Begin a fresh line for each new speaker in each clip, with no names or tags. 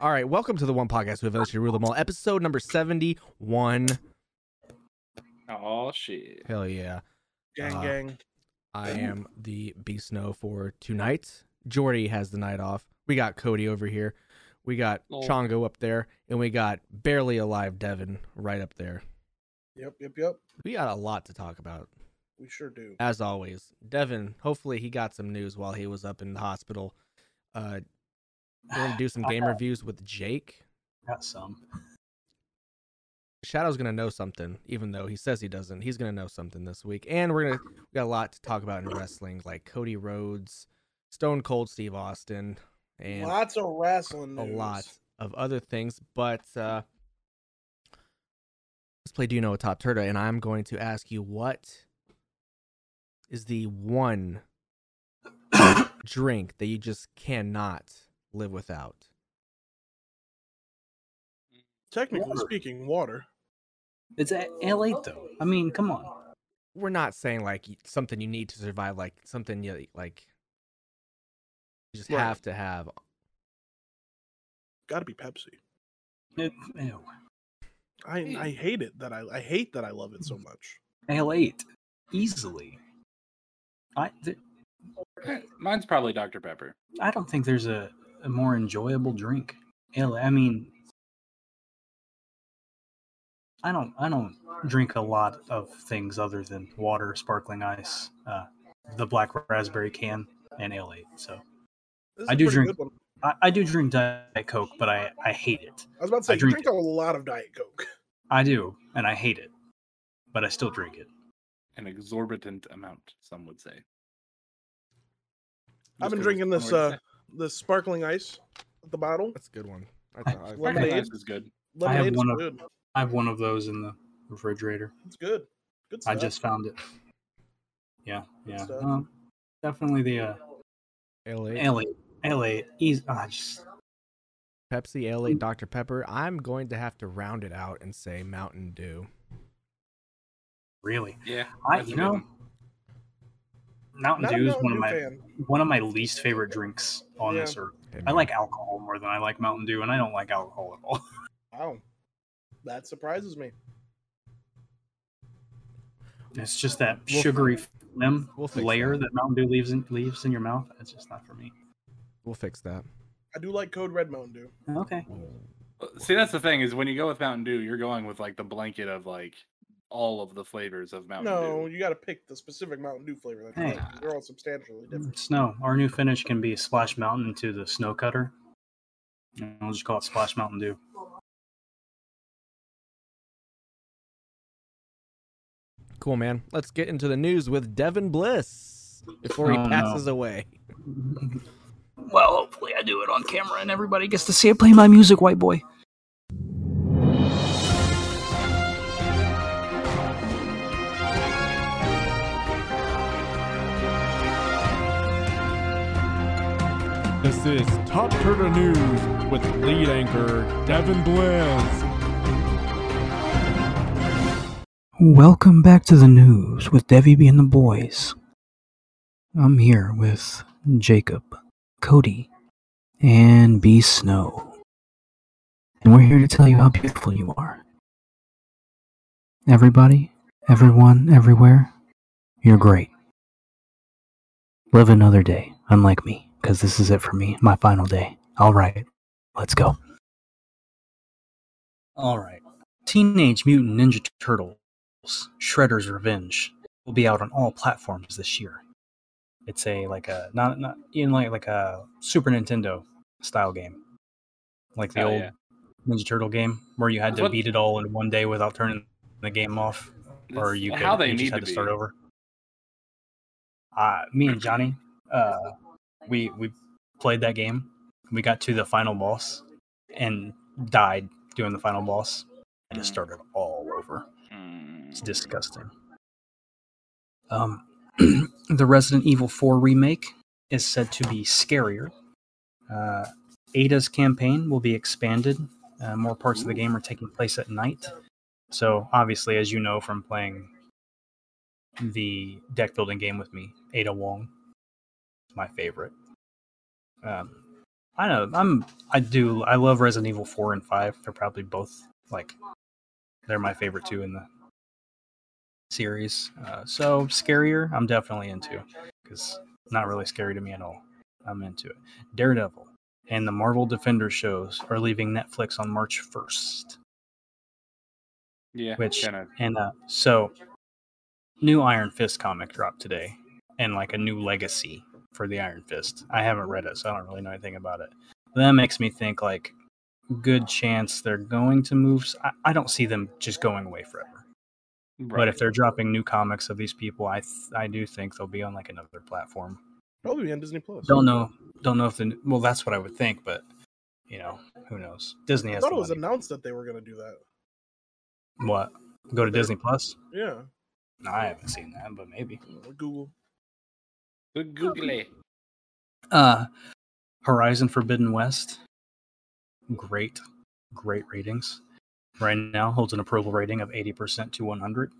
All right, welcome to the One Podcast with Eventually Rule Them All, episode number 71.
Oh shit.
Hell yeah.
Gang,
Uh,
gang.
I am the Beast Snow for two nights. Jordy has the night off. We got Cody over here. We got
Oh.
Chongo up there. And we got barely alive Devin right up there.
Yep, yep, yep.
We got a lot to talk about,
We sure do.
as always. Devin, hopefully he got some news while he was up in the hospital. Uh, we're going to do some game reviews with Jake.
Got some.
Shadow's gonna know something, even though he says he doesn't. He's gonna know something this week, and we're gonna we got a lot to talk about in wrestling, like Cody Rhodes, Stone Cold Steve Austin, and
Lots of wrestling
a
news.
lot of other things. But uh, let's play Do You Know a Top Turtle? And I'm going to ask you what is the one drink that you just cannot live without?
Technically
Water.
speaking, water.
It's at LA though. I mean, come on.
We're not saying like y- something you need to survive, like something you like. You just
Right.
have to have
Got to be Pepsi.
It, ew.
I I hate it that I I hate that I love it so
Hmm.
much.
L8 easily. I th-
Mine's probably Dr. Pepper.
I don't think there's a, a more enjoyable drink. L I mean I don't I don't drink a lot of things other than water, sparkling ice, uh, the black raspberry can and L8. So
This is
I
a
do
pretty
drink-
good one.
I, I do drink Diet Coke, but I, I hate it.
I was about to say,
I
you
drink
drink a lot of Diet Coke.
I do, and I hate it. But I still drink it.
An exorbitant amount, some would say.
I've been
'cause it's
drinking this,
somewhere to
uh, The sparkling ice, the bottle.
That's a good one.
I-
thought-
say.
one
Sparkling
lemonade.
ice is good.
I have
Lemonade is
one of-
good.
I have one of those in the refrigerator.
It's good. Good
I
stuff.
just found it. Yeah,
Good
yeah.
stuff.
Um, definitely the uh,
LA,
LA, LA. Easy. I ah, just
Pepsi, LA, Dr. Pepper. I'm going to have to round it out and say Mountain Dew.
really,
Yeah.
I
that's a
you
good
know,
one.
Mountain
Not a
Dew is
Mountain
one of
Dew
my
fan.
one of my least favorite drinks on this earth.
Hey,
I
man.
like alcohol more than I like Mountain Dew, and I don't like alcohol at all.
Wow, that surprises me.
It's just that
We'll-
sugary phlegm
we'll fix
layer
that.
that Mountain Dew leaves in leaves in your mouth. It's just not for me.
We'll fix that.
I do like Code Red Mountain Dew.
Okay.
Uh, See, that's the thing is when you go with Mountain Dew, you're going with like the blanket of like all of the flavors of Mountain
no,
Dew.
you got to pick the specific Mountain Dew flavor. That you
Hey.
like. They're all substantially different.
Snow. Our new finish can be Splash Mountain into the Snow Cutter. And I'll just call it Splash Mountain Dew.
Cool, man. Let's get into the news with Devin Bliss before he
Oh, no.
passes away.
Well, hopefully I do it on camera and everybody gets to see it. Play my music, white boy.
This is Top Turtle News with lead anchor Devin Bliss.
Welcome back to the news with Devi B and the boys. I'm here with Jacob, Cody, and B Snow. And we're here to tell you how beautiful you are. Everybody, everyone, everywhere, you're great. Live another day, unlike me, because this is it for me, my final day. All right, let's go. All right. Teenage Mutant Ninja Turtle. Shredder's Revenge will be out on all platforms this year. It's a like a not not even like like a Super Nintendo style game, like the
Hell
old
yeah.
Ninja Turtle game where you had to
What-
beat it all in one day without turning the game off, or
That's
you could,
how they
you
need
just
to
had to,
be.
start over. Uh, me and Johnny, uh, we we played that game. We got to the final boss and died doing the final boss. I just
Mm.
started all over.
Mm.
It's disgusting. Um, the Resident Evil 4 remake is said to be scarier. Uh, Ada's campaign will be expanded. Uh, more parts of the game are taking place at night. So, obviously, as you know from playing the deck building game with me, Ada Wong, my favorite. Um, I know I'm I do I love Resident Evil four and five. They're probably both like they're my favorite two in the series. Uh, so scarier, I'm definitely into because not really scary to me at all. I'm into it. Daredevil and the Marvel Defender shows are leaving Netflix on March first.
Yeah,
Which-
kind of.
And uh, so, new Iron Fist comic dropped today, and like a new legacy for the Iron Fist. I haven't read it, so I don't really know anything about it. That makes me think like, good chance they're going to move. s- I, I don't see them just going away forever. But if they're dropping new comics of these people, I th- I do think they'll be on like another platform.
Probably be on Disney Plus.
Don't know, don't know if the well that's what I would think, but you know who knows. Disney
I
has
thought
the
it was
money.
announced that they were going to do that.
what go to Disney Plus.
Yeah.
No, I haven't seen that, but maybe.
Google.
Good Google it.
Uh, Horizon Forbidden West. Great, great ratings. Right now holds an approval rating of 80% to 100.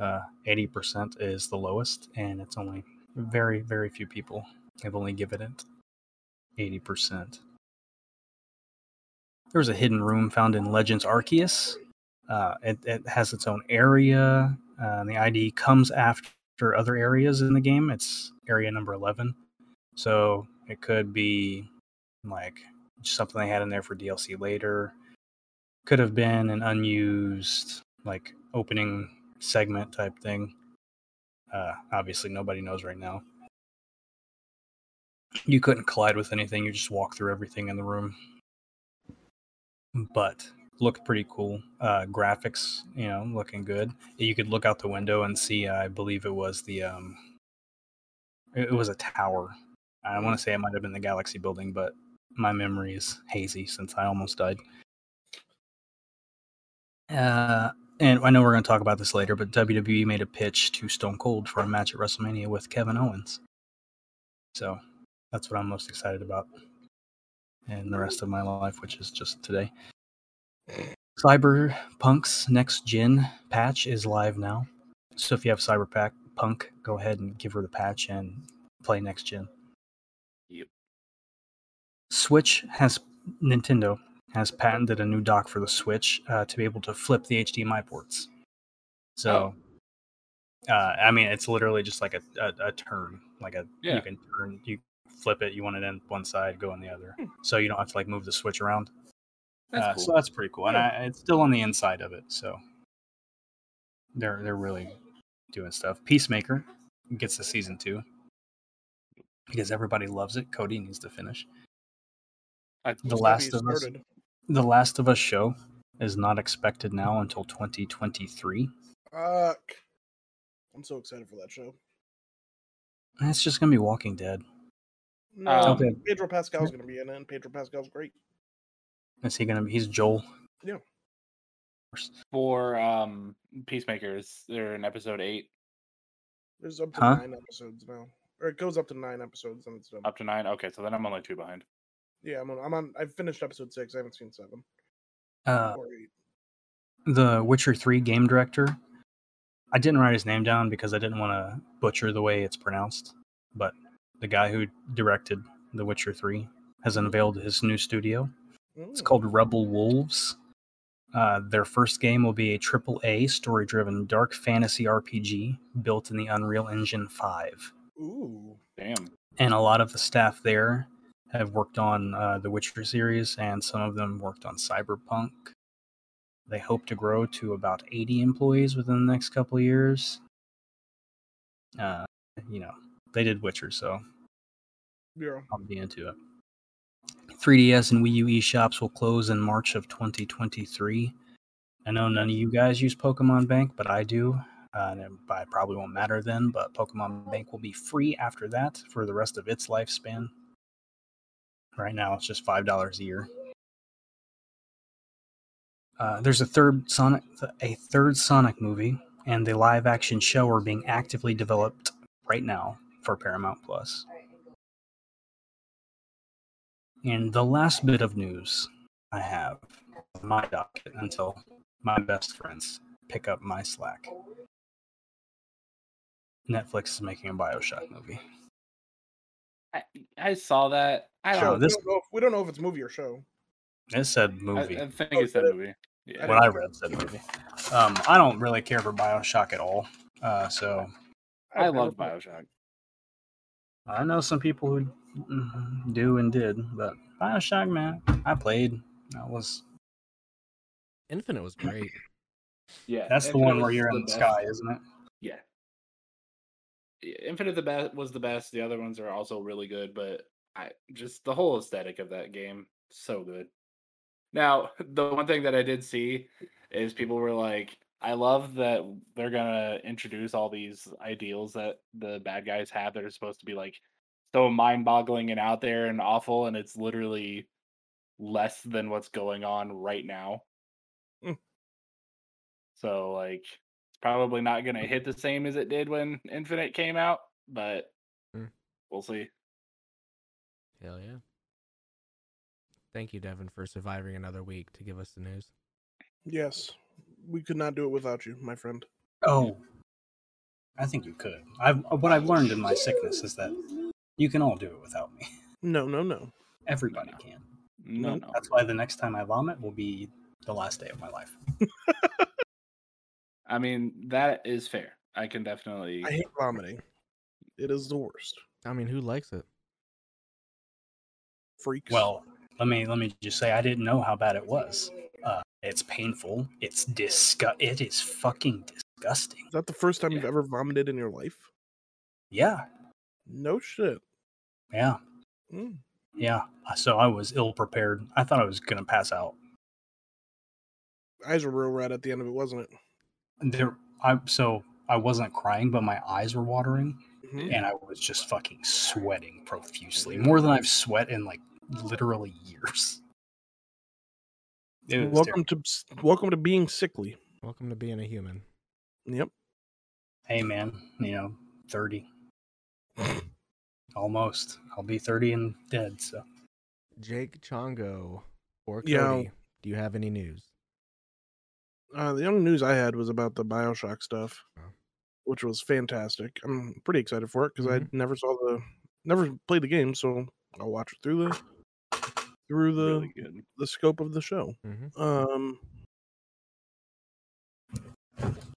Uh, 80% is the lowest, and it's only very, very few people have only given it 80%. There was a hidden room found in Legends Arceus. Uh, it, it has its own area. Uh, the ID comes after other areas in the game. It's area number 11. So it could be like something they had in there for DLC later. Could have been an unused like opening segment type thing. Uh, obviously, nobody knows right now. You couldn't collide with anything. You just walk through everything in the room. But looked pretty cool. Uh, graphics, you know, looking good. You could look out the window and see. I believe it was the um, it it was a tower I want to say it might have been the Galaxy Building, but my memory is hazy since I almost died. Uh, and I know we're going to talk about this later, but WWE made a pitch to Stone Cold for a match at WrestleMania with Kevin Owens. So that's what I'm most excited about and the rest of my life, which is just today. Cyberpunk's next gen patch is live now. So if you have Cyberpack Punk, go ahead and give her the patch and play next gen. Switch has Nintendo has patented a new dock for the Switch uh, to be able to flip the HDMI ports. So, uh, I mean, it's literally just like a, a, a turn, like a
Yeah.
you can turn, you flip it, you want it in one side, go on the other, so you don't have to like move the Switch around.
That's
uh,
cool.
So that's pretty cool, and I, it's still on the inside of it, so they're they're really doing stuff. Peacemaker gets the season two because everybody loves it. Cody needs to finish.
I-
The
Maybe
Last
it
of Us.
started.
The Last of Us show is not expected now until 2023.
Fuck. I'm so excited for that show.
And it's just gonna be Walking Dead.
No,
Um,
Okay.
Pedro Pascal's going to be in it. and Pedro Pascal's great.
Is he gonna? be He's Joel.
for um peacemakers they're in episode eight
There's up to
Huh?
nine episodes now, or it goes up to nine episodes and it's done.
up to nine okay so then i'm only two behind
Yeah, I'm on. I'm on. I've finished episode six. I haven't seen seven
Uh,
or eight.
the Witcher Three game director. I didn't write his name down because I didn't want to butcher the way it's pronounced. But the guy who directed The Witcher Three has unveiled his new studio. It's
Mm,
called Rebel Wolves. Uh, their first game will be a triple A story driven dark fantasy RPG built in the Unreal Engine 5.
Mm. Ooh,
damn
and a lot of the staff there have worked on uh, the Witcher series, and some of them worked on Cyberpunk. They hope to grow to about 80 employees within the next couple of years. Uh, you know, they did Witcher, so
yeah.
I'll be into it. 3DS and Wii U eShops will close in March of 2023. I know none of you guys use Pokemon Bank, but I do. Uh, and it I probably won't matter then, but Pokemon Bank will be free after that for the rest of its lifespan. Right now, it's just $5 a year. Uh, there's a third Sonic, a third Sonic movie, and the live-action show are being actively developed right now for Paramount Plus. And the last bit of news I have on my docket until my best friends pick up my slack. Netflix is making a Bioshock movie.
I, I saw that. I
Sure,
don't.
we,
this-
don't know if, we don't know if it's movie or show.
It said
I,
movie.
Oh, I think it's that movie. Yeah.
what I read said movie. Um, I don't really care for Bioshock at all. Uh, so
I
I've never
love
played-
Bioshock.
I know some people who mm, do and did, but Bioshock, man, I played. That was
Infinite was great.
Yeah,
that's the
Infinite
one where
was
you're in the
best.
sky, isn't it?
Yeah. Yeah, Infinite the best was the best. The other ones are also really good, but I just the whole aesthetic of that game so good. Now, the one thing that I did see is people were like, "I love that they're gonna introduce all these ideals that the bad guys have that are supposed to be like so mind-boggling and out there and awful, and it's literally less than what's going on right now."
Mm.
So, like, it's probably not going to hit the same as it did when Infinite came out, but
Hmm.
Mm.
we'll see.
Hell yeah. Thank you, Devin, for surviving another week to give us the news.
Yes, we could not do it without you, my friend.
Oh, I think you could. I've what I've learned in my sickness is that you can all do it without me.
No, no, no.
Everybody can.
No,
Mm,
no.
That's why the next time I vomit will be the last day of my life.
I mean, that is fair. I can definitely.
I hate vomiting. It is the worst.
I mean, who likes it?
Freaks.
Well, let me let me just say I didn't know how bad it was. Uh, it's painful. It's disgust. It is fucking disgusting.
is that the first time you've
yeah.
ever vomited in your life?
Yeah,
No shit.
yeah,
Mm.
yeah. So I was ill prepared. I thought I was gonna pass out.
Eyes were real red at the end of it, wasn't it?
There, I so I wasn't crying, but my eyes were watering,
Mhm.
and I was just fucking sweating profusely, more than I've sweat in like literally years. It was
Welcome
Welcome.
to s- welcome to being sickly.
Welcome to being a human.
Yep.
Hey man, you know, thirty, almost. I'll be thirty and dead. So.
Jake Chongo or Cody,
Yeah.
do you have any news?
Uh, the only news I had was about the Bioshock stuff,
Oh.
which was fantastic. I'm pretty excited for it because I never saw the, never played the game, so I'll watch it through the, through the
really good.
the scope of the show.
Mhm.
Mm-hmm.
Um.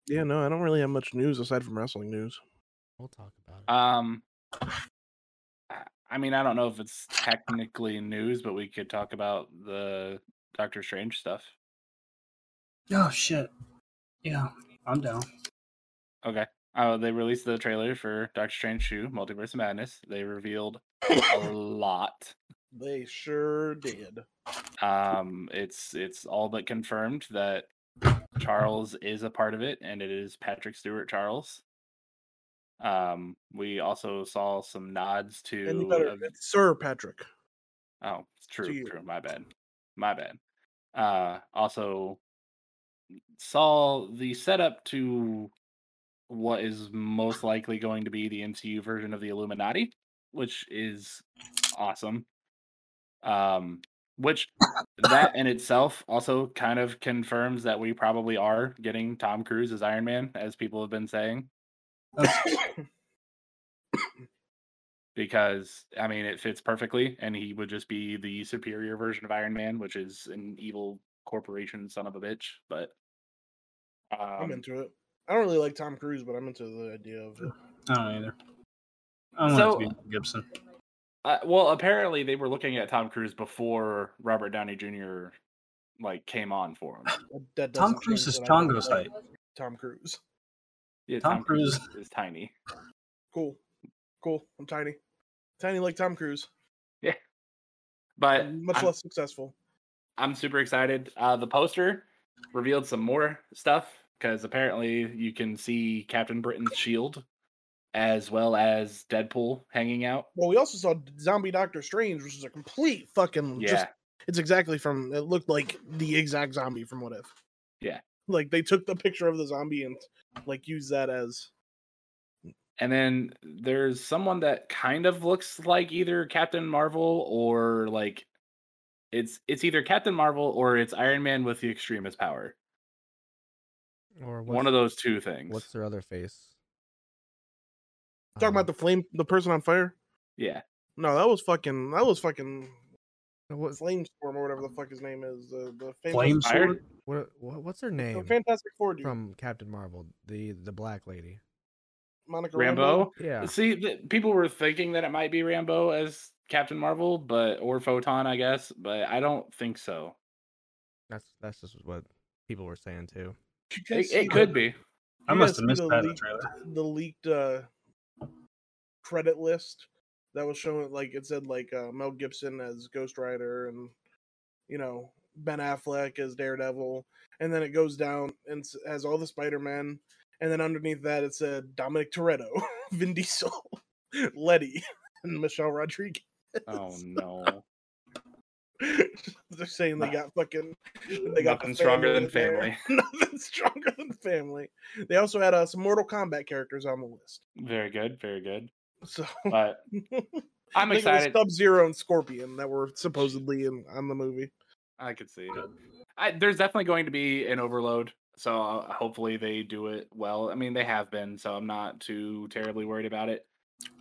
Yeah, no, I don't really have much news aside from wrestling news.
We'll talk about it.
Um, I- I mean, I don't know if it's technically news, but we could talk about the Doctor Strange stuff.
Oh shit. Yeah, I'm down.
Okay. Oh, they released the trailer for Doctor Strange 2 Multiverse of Madness. They revealed a lot.
They sure did.
Um, it's it's all but confirmed that Charles is a part of it, and it is Patrick Stewart Charles. Um, we also saw some nods
And
to.
you better,
um
ev-
it's Sir Patrick.
oh, it's true,
you.
true. My bad, my bad. Uh, also saw the setup to what is most likely going to be the MCU version of the Illuminati, which is awesome. Um, which that in itself also kind of confirms that we probably are getting Tom Cruise as Iron Man, as people have been saying. because I mean it fits perfectly, and he would just be the superior version of Iron Man, which is an evil corporation son of a bitch. But
I'm
um,
into it. I don't really like Tom Cruise, but I'm into the idea of it.
I don't either. I want
So-
it to be Mel Gibson.
uh, well, apparently they were looking at Tom Cruise before Robert Downey Jr. like came on for him.
That- that
Tom
doesn't
Cruise
change
is
that I don't
Chongo's
like
height.
Tom Cruise.
Yeah,
Tom
is tiny.
Cool. Cool. I'm tiny. Tiny like Tom Cruise.
But
Much
I'm-
less successful.
I'm super excited. Uh, the poster revealed some more stuff because apparently you can see Captain Britain's shield as well as Deadpool hanging out.
Well, we also saw Zombie Doctor Strange, which is a complete fucking
Yeah,
just It's exactly from. It looked like the exact zombie from What If.
Yeah.
Like they took the picture of the zombie and like used that as.
and then there's someone that kind of looks like either Captain Marvel or like it's it's either Captain Marvel or it's Iron Man with the extremist power.
Or
Uh, One
what's-
of those two things.
What's their other face? Uh-huh.
Talking about the flame, the person on fire.
yeah.
No, that was fucking. That was fucking
What,
Flamestorm or whatever the fuck his name is. The the
Flame
famous,
sword.
what, what- what's her
the
name
Fantastic Four dude,
from Captain Marvel? The the black lady.
Monica
Rambo.
Yeah.
See, th- people were thinking that it might be Rambo as Captain Marvel, but or Photon, I guess, but I don't think so.
That's that's just what people were saying too.
Did you guys
It,
see
it
the-
could be.
I
you
must
guys
have
see
missed
the
that in the
leaked-
trailer.
The leaked uh, credit list that was showing, like it said, like uh, Mel Gibson as Ghost Rider, and you know Ben Affleck as Daredevil, and then it goes down and s- has all the Spider Men, and then underneath that it said Dominic Toretto, Vin Diesel, Letty, and Michelle Rodriguez.
Oh no.
They're saying they got fucking they got the
Nothing stronger than
in there.
family.
Nothing stronger than family. They also had uh, some Mortal Kombat characters on the list.
Very good, very good.
So
But I'm excited.
Sub Zero and Scorpion that were supposedly in on the movie.
I could see it. I, there's definitely going to be an overload, so uh, hopefully they do it well. I mean, they have been, so I'm not too terribly worried about it.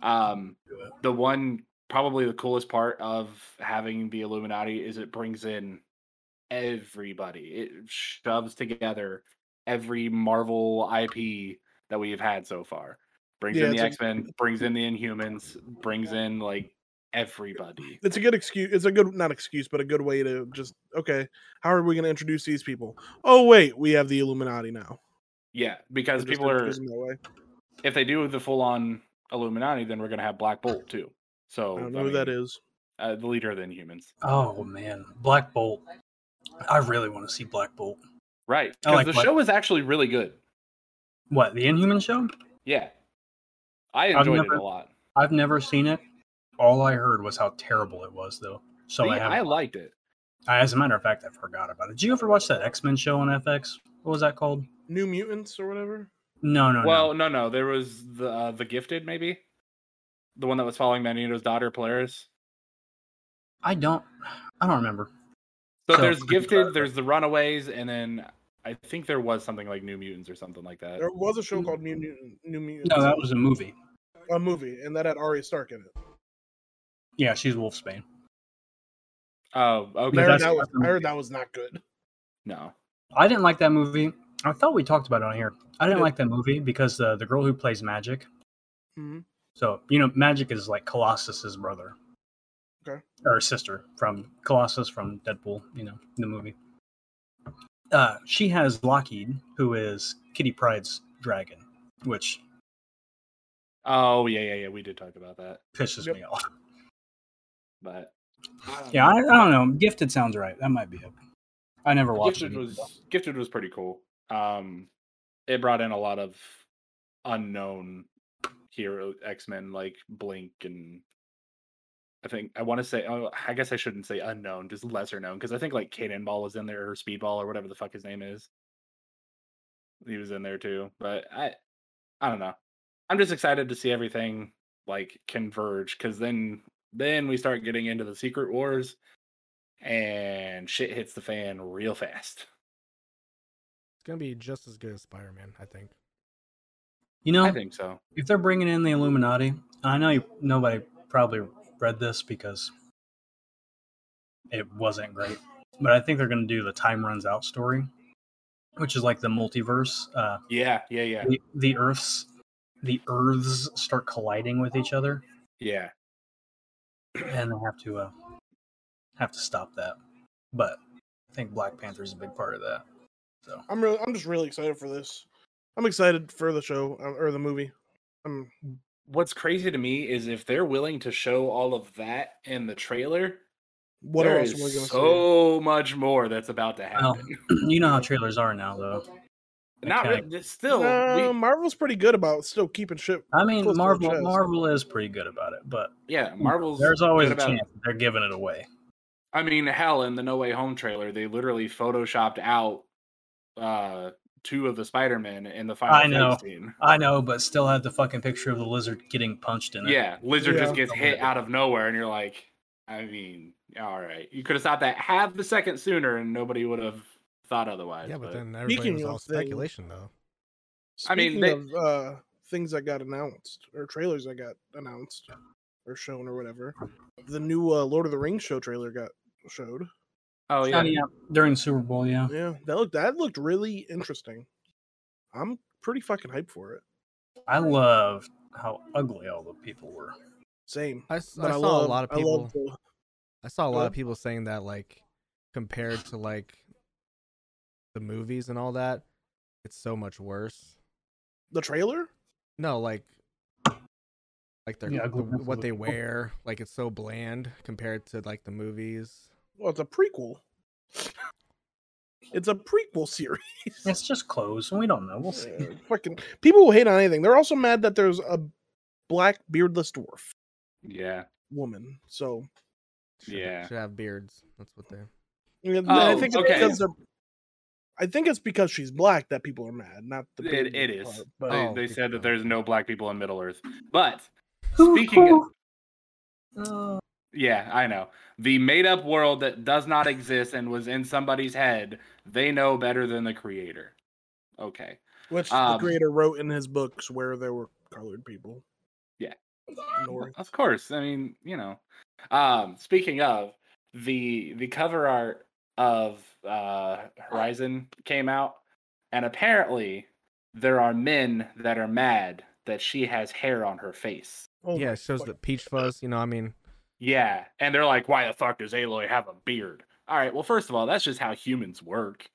Um, the one probably the coolest part of having the Illuminati is it brings in everybody. It shoves together every Marvel IP that we've had so far. Brings
Yeah,
in the
it's a-
X Men, brings in the Inhumans, brings in like everybody.
It's a good excuse. It's a good not excuse, but a good way to just okay. How are we going to introduce these people? Oh wait, we have the Illuminati now.
Yeah, because
Just
people are
introduce them that way.
if they do the full on Illuminati, then we're gonna have Black Bolt too. So
I don't know who that is.
Uh, the leader of the Inhumans,
Oh man, Black Bolt. I really want to see Black Bolt.
right?
I
Because
like
the
Black-
show is actually really good.
What the Inhuman show?
Yeah, I
I've
enjoyed
never-
it a lot.
I've never seen it. All I heard was how terrible it was, though. So
See,
I
I,
have.
liked it.
I, as a matter of fact, I forgot about it. Did you ever watch that X Men show on FX? What was that called?
New Mutants or whatever.
No, no,
well,
no.
no, no, there was the uh, the Gifted, maybe the one that was following Magneto's daughter, Polaris.
I don't. I don't remember.
So,
So-
there's Gifted, there's the Runaways, and then I think there was something like New Mutants or something like that.
There was a show called New Mutant, New Mutants.
No, that was a movie.
a movie, and that had Arya Stark in it.
Yeah, she's Wolfsbane.
Oh,
I
okay.
heard,
that's-
that was,
that's
I
a
heard that was not good.
No,
I didn't like that movie. I thought we talked about it on here. I didn't
did.
like that movie because uh, the the girl who plays Magic.
Mhm.
So you know, Magic is like Colossus's brother.
Okay.
Or sister from Colossus from Deadpool. You know the movie. Uh, she has Lockheed, who is Kitty Pride's dragon, which
oh yeah, yeah, yeah. We did talk about that,
pisses
Yep.
me off.
but
Yeah, I, I don't know. Gifted sounds right. That might be it. I never watched
Gifted
it.
was Gifted was pretty cool. Um, it brought in a lot of unknown hero X Men like Blink and I think I want to say oh, I guess I shouldn't say unknown, just lesser known because I think like Cannonball was in there or Speedball or whatever the fuck his name is. He was in there too, but I I don't know. I'm just excited to see everything like converge because then then we start getting into the Secret Wars and shit hits the fan real fast.
It's gonna be just as good as Spider Man, I think.
You know,
I think so.
if they're bringing in the Illuminati, I know you, nobody probably read this because it wasn't great, but I think they're going to do the time runs out story, which is like the multiverse. Uh,
Yeah, yeah, yeah,
the, the Earths, the Earths start colliding with each other,
yeah.
and they have to uh, have to stop that. But I think Black Panther's a big part of that. So
I'm really, I'm just really excited for this. I'm excited for the show uh, or the movie. Um, I'm
What's crazy to me is if they're willing to show all of that in the trailer,
what
there
else
is
am I going to see?
so much more that's about to happen.
Well, you know how trailers are now, though.
Not
okay.
really, still.
No,
we,
Marvel's pretty good about still keeping shit.
I mean,
Close to the
Marvel
chest.
Marvel is pretty good about it, but
yeah, Marvel's.
there's always
good
a
about-
chance that they're giving it away.
I mean, hell, in the No Way Home trailer, they literally photoshopped out uh two of the Spider Men in the final
I
fight
know.
scene.
I know, but still have the fucking picture of the lizard getting punched in it.
Yeah, Lizard just
Yeah.
gets hit out of nowhere, and you're like, I mean, all right, you could have stopped that half a second sooner, and nobody would have thought otherwise.
Yeah, but then
Speaking
everybody was
of
all
things-
speculation though.
I mean,
Speaking
they-
of uh, things that got announced or trailers that got announced or shown or whatever. The new uh, Lord of the Rings show trailer got showed.
Oh yeah.
yeah, during the Super Bowl, yeah.
Yeah, that looked that looked really interesting. I'm pretty fucking hyped for it.
I love how ugly all the people were.
Same.
I, s- I
But
saw a
love-
lot of
I
people.
love the-
I saw a
Go
lot
ahead.
of people saying that like compared to like the movies and all that, it's so much worse.
the trailer.
No, like like their
Yeah,
the-
ugliness
what
of
they
it.
wear, like it's so bland compared to like the movies.
Well, it's a prequel. It's a prequel series.
It's just clothes, and we don't know. We'll see.
Uh, fucking people will hate on anything. They're also mad that there's a black beardless dwarf
Yeah.
woman. So
Should,
Yeah.
should have beards. That's what they.
and I
Oh,
think
okay.
it's because they're- I think it's because she's black that people are mad, not the
It- it is.
beardless part,
They,
but
Oh,
they
good job.
said that there's no black people in Middle Earth. But
Who-
speaking of,
who- Uh,
yeah, I know. The made up world that does not exist and was in somebody's head, they know better than the creator. Okay.
which
Um,
the creator wrote in his books where there were colored people.
Yeah.
Nor-
Of course. I mean, you know. Um, speaking of, the the cover art of uh Horizon came out, and apparently there are men that are mad that she has hair on her face.
Oh
yeah,
my
it shows
fuck.
the peach fuzz. You know, I mean,
Yeah. And they're like, why the fuck does Aloy have a beard? All right. Well, first of all, that's just how humans work.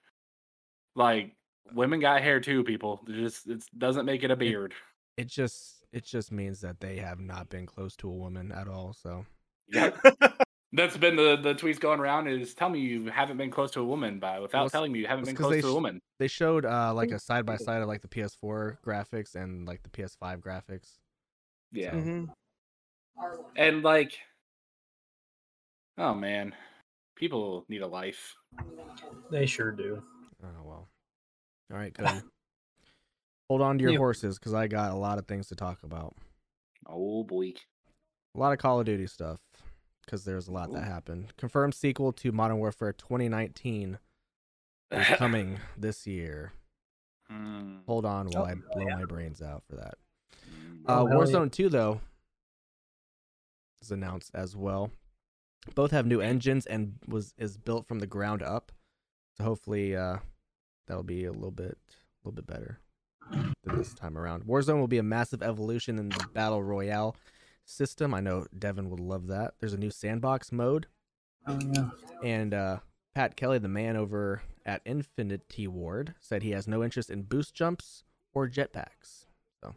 Like, women got hair too, people. It just it doesn't make it a beard.
it just it just means that they have not been close to a woman at all. So
That's been the, the tweets going around is tell me you haven't been close to a woman by without
it's-
telling me you haven't
it's
been
'cause
close
they
to a
sh-
woman.
they showed uh like
Oh,
a side by
cool.
side of like the PS4 graphics and like the PS5 graphics.
Yeah.
Mm-hmm.
Mhm.
And like Oh man. People need a life.
they sure do.
Oh well. All right, good. Hold on to your
Yeah.
horses because I got a lot of things to talk about.
Oh boy.
A lot of Call of Duty stuff because there's a lot that
Ooh.
happened. Confirmed sequel to Modern Warfare 2019 is coming this year.
Mm.
Hold on while
Oh,
I blow
yeah.
my brains out for that. Uh,
Oh, hell yeah.
Warzone 2 though is announced as well. Both have new engines and was is built from the ground up. So hopefully uh, that'll be a little bit a little bit better than this time around. Warzone will be a massive evolution in the battle royale system. I know Devin would love that. There's a new sandbox mode
Oh, yeah.
and uh, Pat Kelly, the man over at Infinity Ward, said he has no interest in boost jumps or jetpacks. So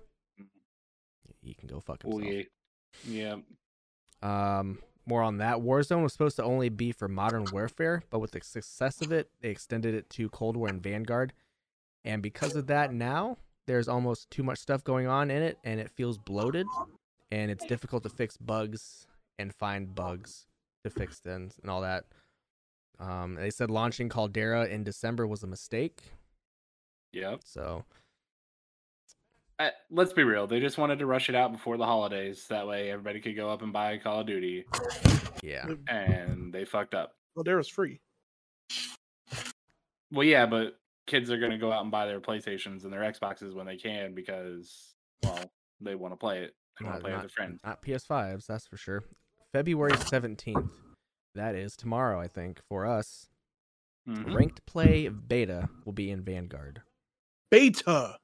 he can go fuck
Oh
himself.
yeah. Yeah.
Um, more on that. Warzone was supposed to only be for Modern Warfare, but with the success of it, they extended it to Cold War and Vanguard. And because of that, now there's almost too much stuff going on in it, and it feels bloated, and it's difficult to fix bugs and find bugs to fix them and all that. Um, they said launching Caldera in December was a mistake,
Yep.
so
I, let's be real. They just wanted to rush it out before the holidays. That way, everybody could go up and buy Call of Duty,
yeah.
and they fucked up.
Caldera's Oh, free.
Well, yeah, but kids are gonna go out and buy their PlayStations and their Xboxes when they can because, well, they want to play it. They want
Not,
to play with
not,
their friends.
not PS5s, that's for sure. February 17th. That is tomorrow, I think, for us.
Mhm.
Ranked play beta will be in Vanguard.
Beta.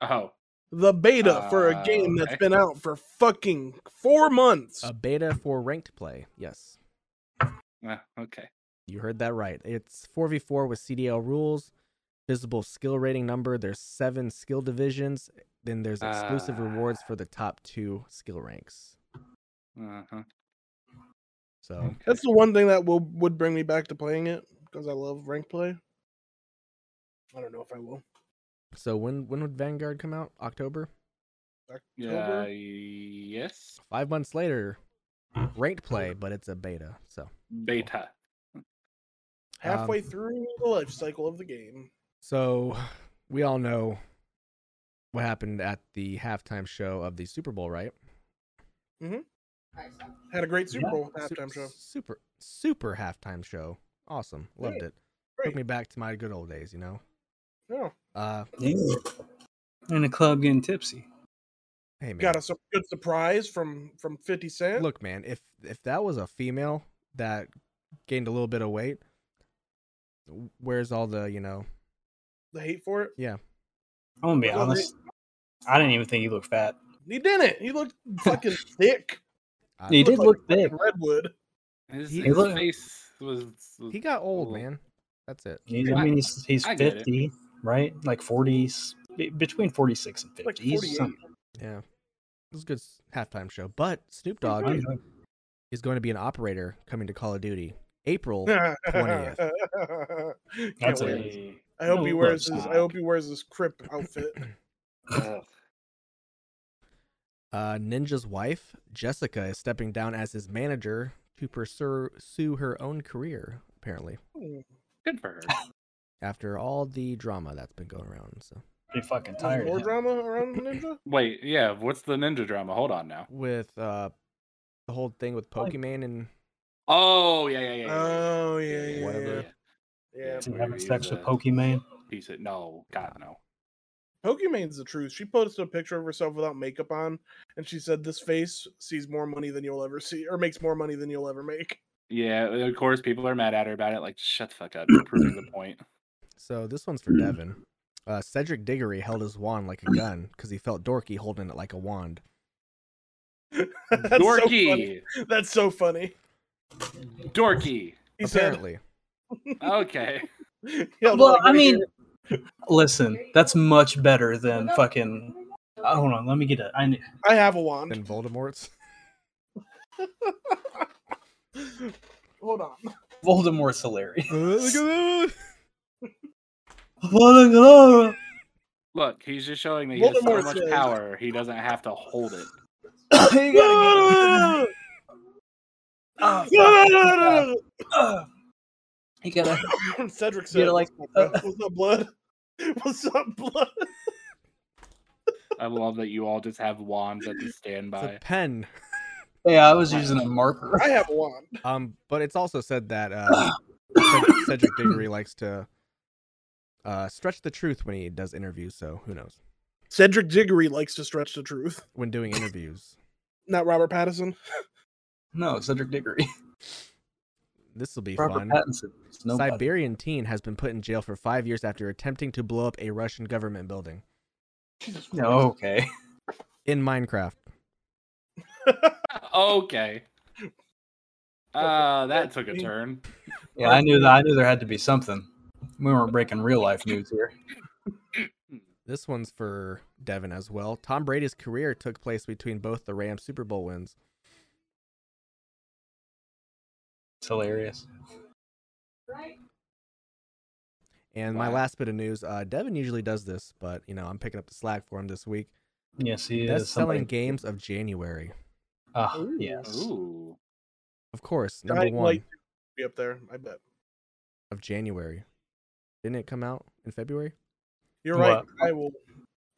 Oh,
The beta for a
Uh,
game that's
okay.
been out for fucking four months.
A beta for ranked play. Yes.
eh, okay.
You heard that right. It's 4v4 with CDL rules, visible skill rating number. There's seven skill divisions. Then there's exclusive rewards for the top two skill ranks.
Uh-huh. Hmm.
So
That's the one thing that will would bring me back to playing it because I love rank play. I don't know if I
Um,
will.
so when when would Vanguard come out? October?
Yeah. Yes.
Five months later, ranked play, but it's a beta. So
Beta.
Halfway
Um,
through the life cycle of the game.
So we all know what happened at the halftime show of the Super Bowl, right?
Had a great Super
Yeah.
Bowl
Su-
halftime show.
Super super halftime show. Awesome. Loved
Yeah,
it. Took
great.
me back to my good old days, you know.
Yeah.
Uh
In the club getting tipsy.
Hey man,
Got a su- good surprise from from Fifty Cent.
look, man. If if that was a female that gained a little bit of weight, where's all the you know?
the hate for it.
I'm gonna be
Well, they-
honest. I didn't even think he looked fat.
He didn't. He looked fucking thick.
I-
He did
like-
look thick.
Redwood.
His,
He-
his
look-
face was, was
He got old,
Well,
man. That's it.
He's,
I-
I mean, he's he's
I get it.
fifty, right? Like forties, between forty six and
Like
fifty.
forty
He's
eight.
some-
Yeah, it was a good s- halftime show. But Snoop Dogg
I don't know.
is going to be an operator coming to Call of Duty April.
That's
Can't
it.
wait.
Hey,
I hope he
No,
wears
that's
his. I
not.
hope he wears his Crip outfit.
ugh.
Uh, Ninja's wife, Jessica, is stepping down as his manager to pursue her own career. Apparently,
Hmm.
Good for her.
after all the drama that's been going around, so
Pretty fucking tired.
More
of him.
drama around Ninja.
Wait, yeah. What's the ninja drama? Hold on now.
with uh, the whole thing with
Like-
Pokemon and
Oh yeah, yeah, yeah. yeah, yeah.
Oh yeah, yeah,
Whatever.
yeah. yeah.
Is he
Where
having
he's
sex with
at.
Pokimane.
Piece it. No, God no.
Pokimane's the truth. She posted a picture of herself without makeup on, and she said, "This face sees more money than you'll ever see, or makes more money than you'll ever make."
Yeah, of course people are mad at her about it. Like, shut the fuck up. You're proving the point.
So this one's for Devin. Uh, Cedric Diggory held his wand like a gun because he felt dorky holding it like a wand.
That's so funny.
dorky,
That's so funny.
dorky.
He
apparently,
Okay.
said.
Well, I mean, listen, that's much better than fucking. Oh, hold on, let me get it. I kn-
I have a wand.
than Voldemort's.
Hold on.
Voldemort's hilarious.
Uh, Look at that!
Voldemort.
Look, he's just showing that he has so
Voldemort
much
says-
power. He doesn't have to hold it.
You gotta get it. Ah, fuck. Ah. You gotta.
Cedric said,
like,
"What's up, bro? What's up, blood? What's up, blood?"
I love that you all just have wands at the
It's
standby.
a pen.
Yeah, I was using a marker.
I have a wand.
Um, but it's also said that uh, Ced- Cedric Diggory likes to uh, stretch the truth when he does interviews. So who knows?
Cedric Diggory likes to stretch the truth.
When doing interviews,
Not Robert Pattinson.
No, Cedric Diggory.
this will be
Robert
fun.
Pattinson. It's no bad.
Siberian teen has been put in jail for five years after attempting to blow up a Russian government building
Jesus
No, okay.
in Minecraft.
okay. Uh, that took a turn.
Yeah, I knew that. I knew there had to be something. We weren't breaking real life news here.
This one's for Devin as well. Tom Brady's career took place between both the Rams Super Bowl wins.
It's hilarious.
And my
Wow.
last bit of news, uh, Devin usually does this, but you know I'm picking up the slack for him this week.
Yes, he
Best
is. Somebody-
selling games of January,
Ah,
Ooh.
yes.
Ooh.
of course,
Dying
number one
Light be up there. I bet
of January. Didn't it come out in February?
you're right.
What?
I will.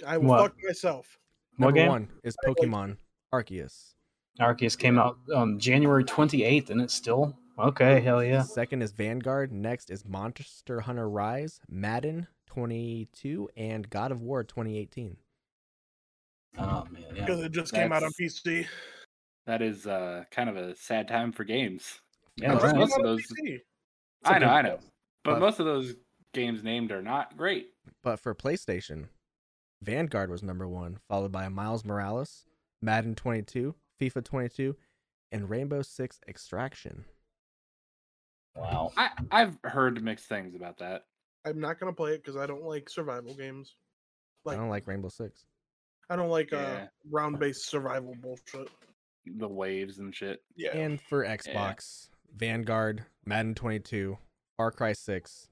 I will
What?
fuck myself.
What
number
game?
one is
Dying
Pokemon Arceus.
Arceus came out um, January 28th, and it's still okay. Hell yeah.
Second is Vanguard. Next is Monster Hunter Rise, Madden 22, and God of War 2018.
Oh man, yeah.
because it just came out on PC.
That is uh, kind of a sad time for games.
Yeah,
Most-
right.
most of
Came out on
those,
PC.
It's a
I know,
good-
I know. But
But-
most of those games named are not great.
But for PlayStation, Vanguard was number one, followed by Miles Morales, Madden 22, FIFA 22, and Rainbow Six Extraction.
Wow.
I, I've heard mixed things about that.
I'm not gonna play it because I don't like survival games.
I
Like
don't like Rainbow Six.
I don't like uh,
Yeah.
round-based survival bullshit.
The waves and shit.
Yeah.
And for Xbox, Vanguard, Madden 22, Far Cry 6,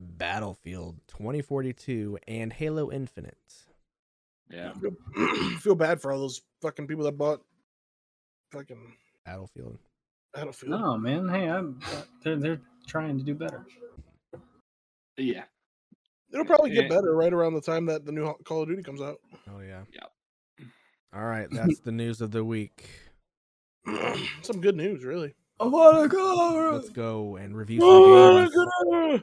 Battlefield 2042, and Halo Infinite.
Yeah.
I feel bad for all those fucking people that bought fucking
Battlefield.
Battlefield.
No man, hey, I'm, they're they're trying to do better.
Yeah.
It'll probably get
Yeah.
better right around the time that the new Ho- Call of Duty comes out.
Oh, yeah.
Yep.
All right. That's the news of the week.
Some good news, really.
I wanna go.
Let's go and review some games
Oh,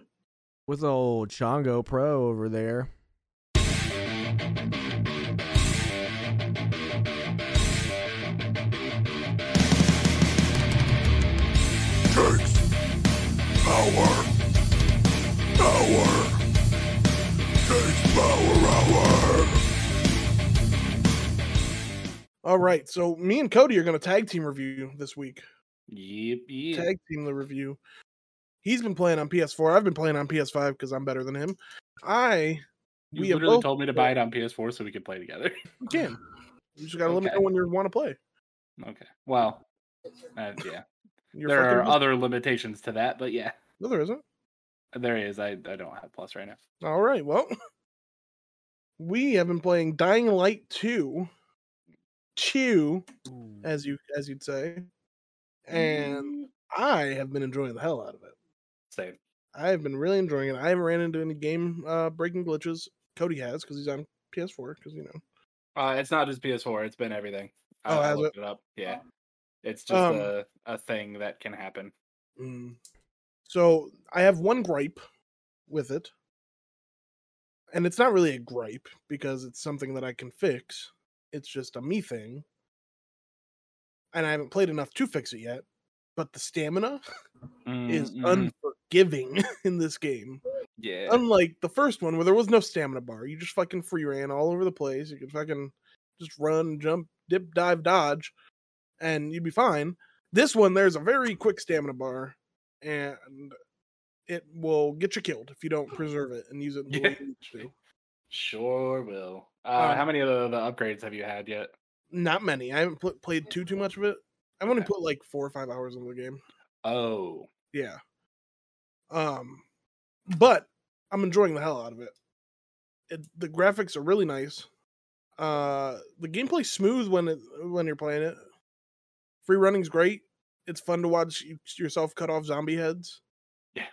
with old Chongo Pro over there.
All right, so me and Cody are going to tag team review this week.
Yep, yep.
Tag team the review. He's been playing on PS4. I've been playing on PS5 because I'm better than him. I
you
we have
literally
both-
told me to buy it on PS4 so we could play together.
you can. You just got to let me
Okay.
know when you want to play.
Okay. Well, uh, yeah.
You're
there
fucking
are
right.
other limitations to that, but yeah,
No, there isn't.
there is. I, I don't have plus right now.
All right, well, we have been playing Dying Light 2. Chew, as you as you'd say,
Mm,
and I have been enjoying the hell out of it.
same.
I have been really enjoying it. I haven't ran into any game uh, breaking glitches. Cody has because he's on PS4. Because you know,
Uh, it's not just PS4. It's been everything. I,
Oh,
I
has it?
looked it? up. Yeah, it's just
Um,
a, a thing that can happen.
Mm. So I have one gripe with it. And it's not really a gripe because it's something that I can fix. It's just a me thing. And I haven't played enough to fix it yet. But the stamina is
Mm, mhm.
unforgiving in this game.
yeah.
Unlike the first one where there was no stamina bar. You just fucking free ran all over the place. You could fucking just run, jump, dip, dive, dodge, and you'd be fine. This one, there's a very quick stamina bar, and it will get you killed if you don't preserve it and use it the way
Yeah.
you need to.
sure will. Uh,
Um,
how many of the, the upgrades have you had yet?
Not many. I haven't pl- played too too much of it. I've only
Okay.
put like four or five hours into the game.
Oh,
Yeah. Um, but I'm enjoying the hell out of it. it the graphics are really nice. Uh, the gameplay's smooth when it when you're playing it. Free running's great. It's fun to watch y- yourself cut off zombie heads.
Yeah.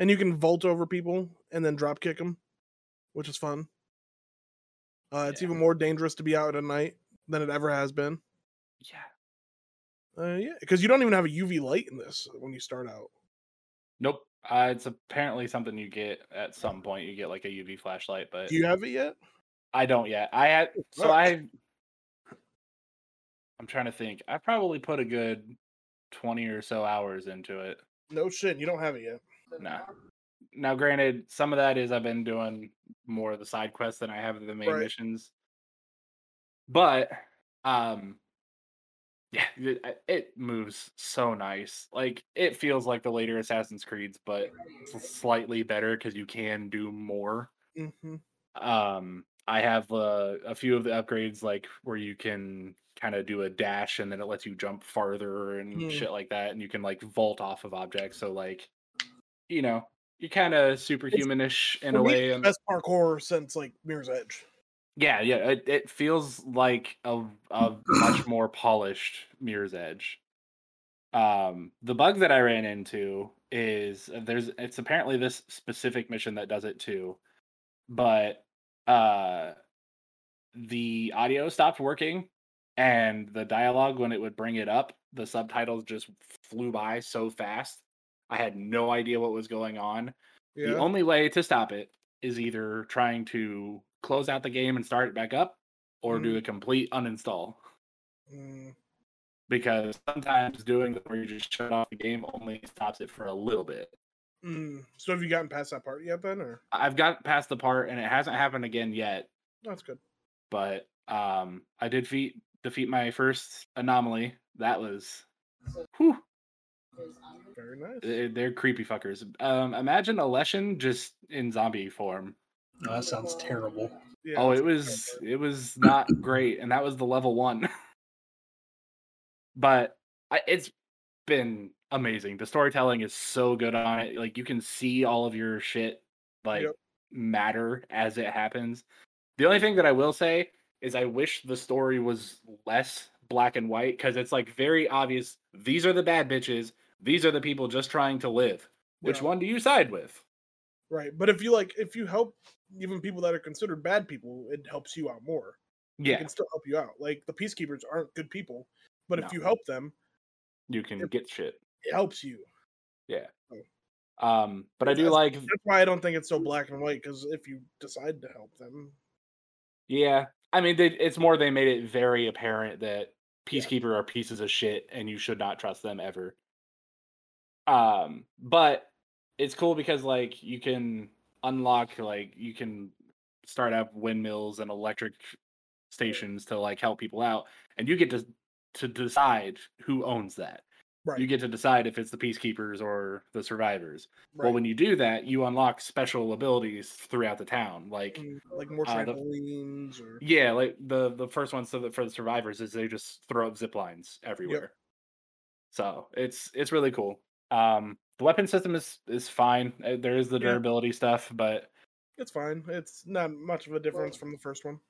And you can vault over people and then drop kick them, which is fun. Uh, it's
Yeah.
even more dangerous to be out at night than it ever has been.
yeah.
Uh, yeah, because you don't even have a UV light in this when you start out.
Nope. Uh, it's apparently something you get at some point. You get like a UV flashlight, but
Do you have it yet?
I don't yet. I had so
fuck.
I. I'm trying to think. I probably put a good twenty or so hours into it.
No shit, you don't have it yet.
No. Now, granted, some of that is I've been doing more of the side quests than I have of the main
Right.
missions. But, um, yeah, it, I- it moves so nice. Like it feels like the later Assassin's Creeds, but s- slightly better because you can do more
hmm
um i have uh, a few of the upgrades like where you can kind of do a dash and then it lets you jump farther and
Hmm.
shit like that and you can like vault off of objects so like you know you're kind of superhumanish in a way um, and
best parkour since like Mirror's Edge.
yeah yeah it, it feels like a, a much more polished mirror's edge um the bug that i ran into is uh, there's it's apparently this specific mission that does it too but uh the audio stopped working and the dialogue when it would bring it up the subtitles just flew by so fast i had no idea what was going on
Yeah.
the only way to stop it is either trying to close out the game and start it back up or do a complete uninstall
Mm,
because sometimes doing that where you just shut off the game only stops it for a little bit.
mm. So have you gotten past that part yet, then? Or
I've got past the part and it hasn't happened again yet,
that's good.
but um I did feat, defeat my first anomaly. That was whew,
Very nice.
they're, they're creepy fuckers. Um imagine Aleshin just in zombie form.
Oh, that sounds terrible.
Yeah,
oh,
that's
it was it was not great, and that was the level one. but I, it's been amazing. The storytelling is so good on it. Like you can see all of your shit like
Yep.
matter as it happens. The only thing that I will say is I wish the story was less black and white because it's like very obvious. These are the bad bitches. These are the people just trying to live. Which
Yeah.
one do you side with?
right. But if you like, if you help even people that are considered bad people, it helps you out more. It
Yeah,
can still help you out. Like the peacekeepers aren't good people, but
No.
if you help them,
you can
Yep.
get shit.
it helps you.
Um, but I do
That's-
like
That's why I don't think it's so black and white. Because if you decide to help them,
Yeah, I mean, they, it's more they made it very apparent that
Yeah.
Peacekeeper are pieces of shit, and you should not trust them ever. Um, but it's cool because like you can unlock like you can start up windmills and electric stations to like help people out, and you get to to decide who owns that.
Right.
You get to decide if it's the peacekeepers or the survivors.
right.
Well, when you do that, you unlock special abilities throughout the town. Like,
Mm, like more
uh, the-
trampolines or
yeah, like the the first one so that for the survivors is they just throw up zip lines everywhere. So it's it's really cool. Um, the weapon system is is fine. Uh, There is the
Yeah.
durability stuff, but
it's fine. It's not much of a difference from the first one.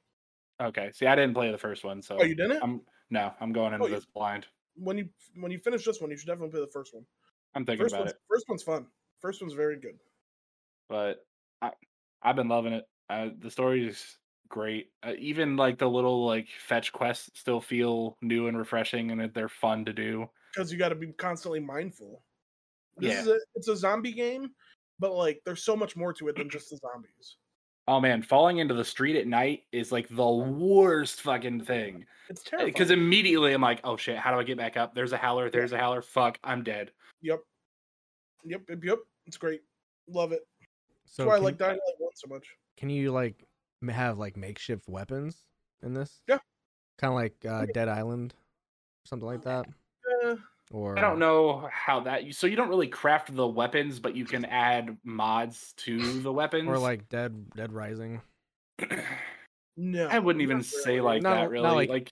okay. See, I didn't play the first one, so
Oh, you didn't? Oh,
I'm no, I'm going into
you-
this blind.
when you when you finish this one, you should definitely play the first one.
I'm thinking
First
about
one's,
it,
first one's fun. First one's very good.
but I I've been loving it. Uh, the story is great. Uh, even like the little like fetch quests still feel new and refreshing, and that they're fun to do.
because you got to be constantly mindful. This
Yeah.
is a, it's a zombie game, but like there's so much more to it than just the zombies.
Oh man, falling into the street at night is like the worst fucking thing.
It's terrifying.
Because immediately I'm like, oh shit, how do I get back up? There's a howler, there's a howler, fuck, I'm dead.
yep, yep, yep, yep. It's great. Love it.
So
That's why I
can-
like Dying Light One so much.
Can you like m- have like makeshift weapons in this?
Yeah.
Kind of like uh, Dead Island, something like that.
Eh,
Or
I don't know how that so you don't really craft the weapons, but you can add mods to the weapons.
Or like Dead Dead Rising,
no,
I wouldn't even
not
say
really.
like
Not-
that
not
really.
like-
like,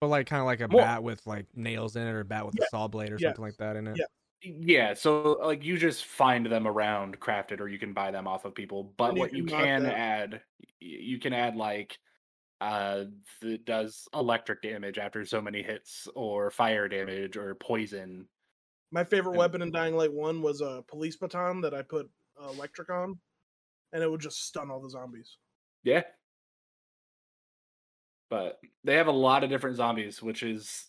but like kind of like a
Well-
bat with like nails in it, or a bat with
Yeah,
a saw blade, or
yeah,
something like that in it.
yeah.
yeah, so like you just find them around crafted or you can buy them off of people. But
And you
what you
can mod
can
them.
add y- you can add like uh that does electric damage after so many hits or fire damage or poison
My favorite
Yeah.
weapon in Dying Light One was a police baton that I put uh, electric on, and it would just stun all the zombies.
Yeah. But they have a lot of different zombies, which is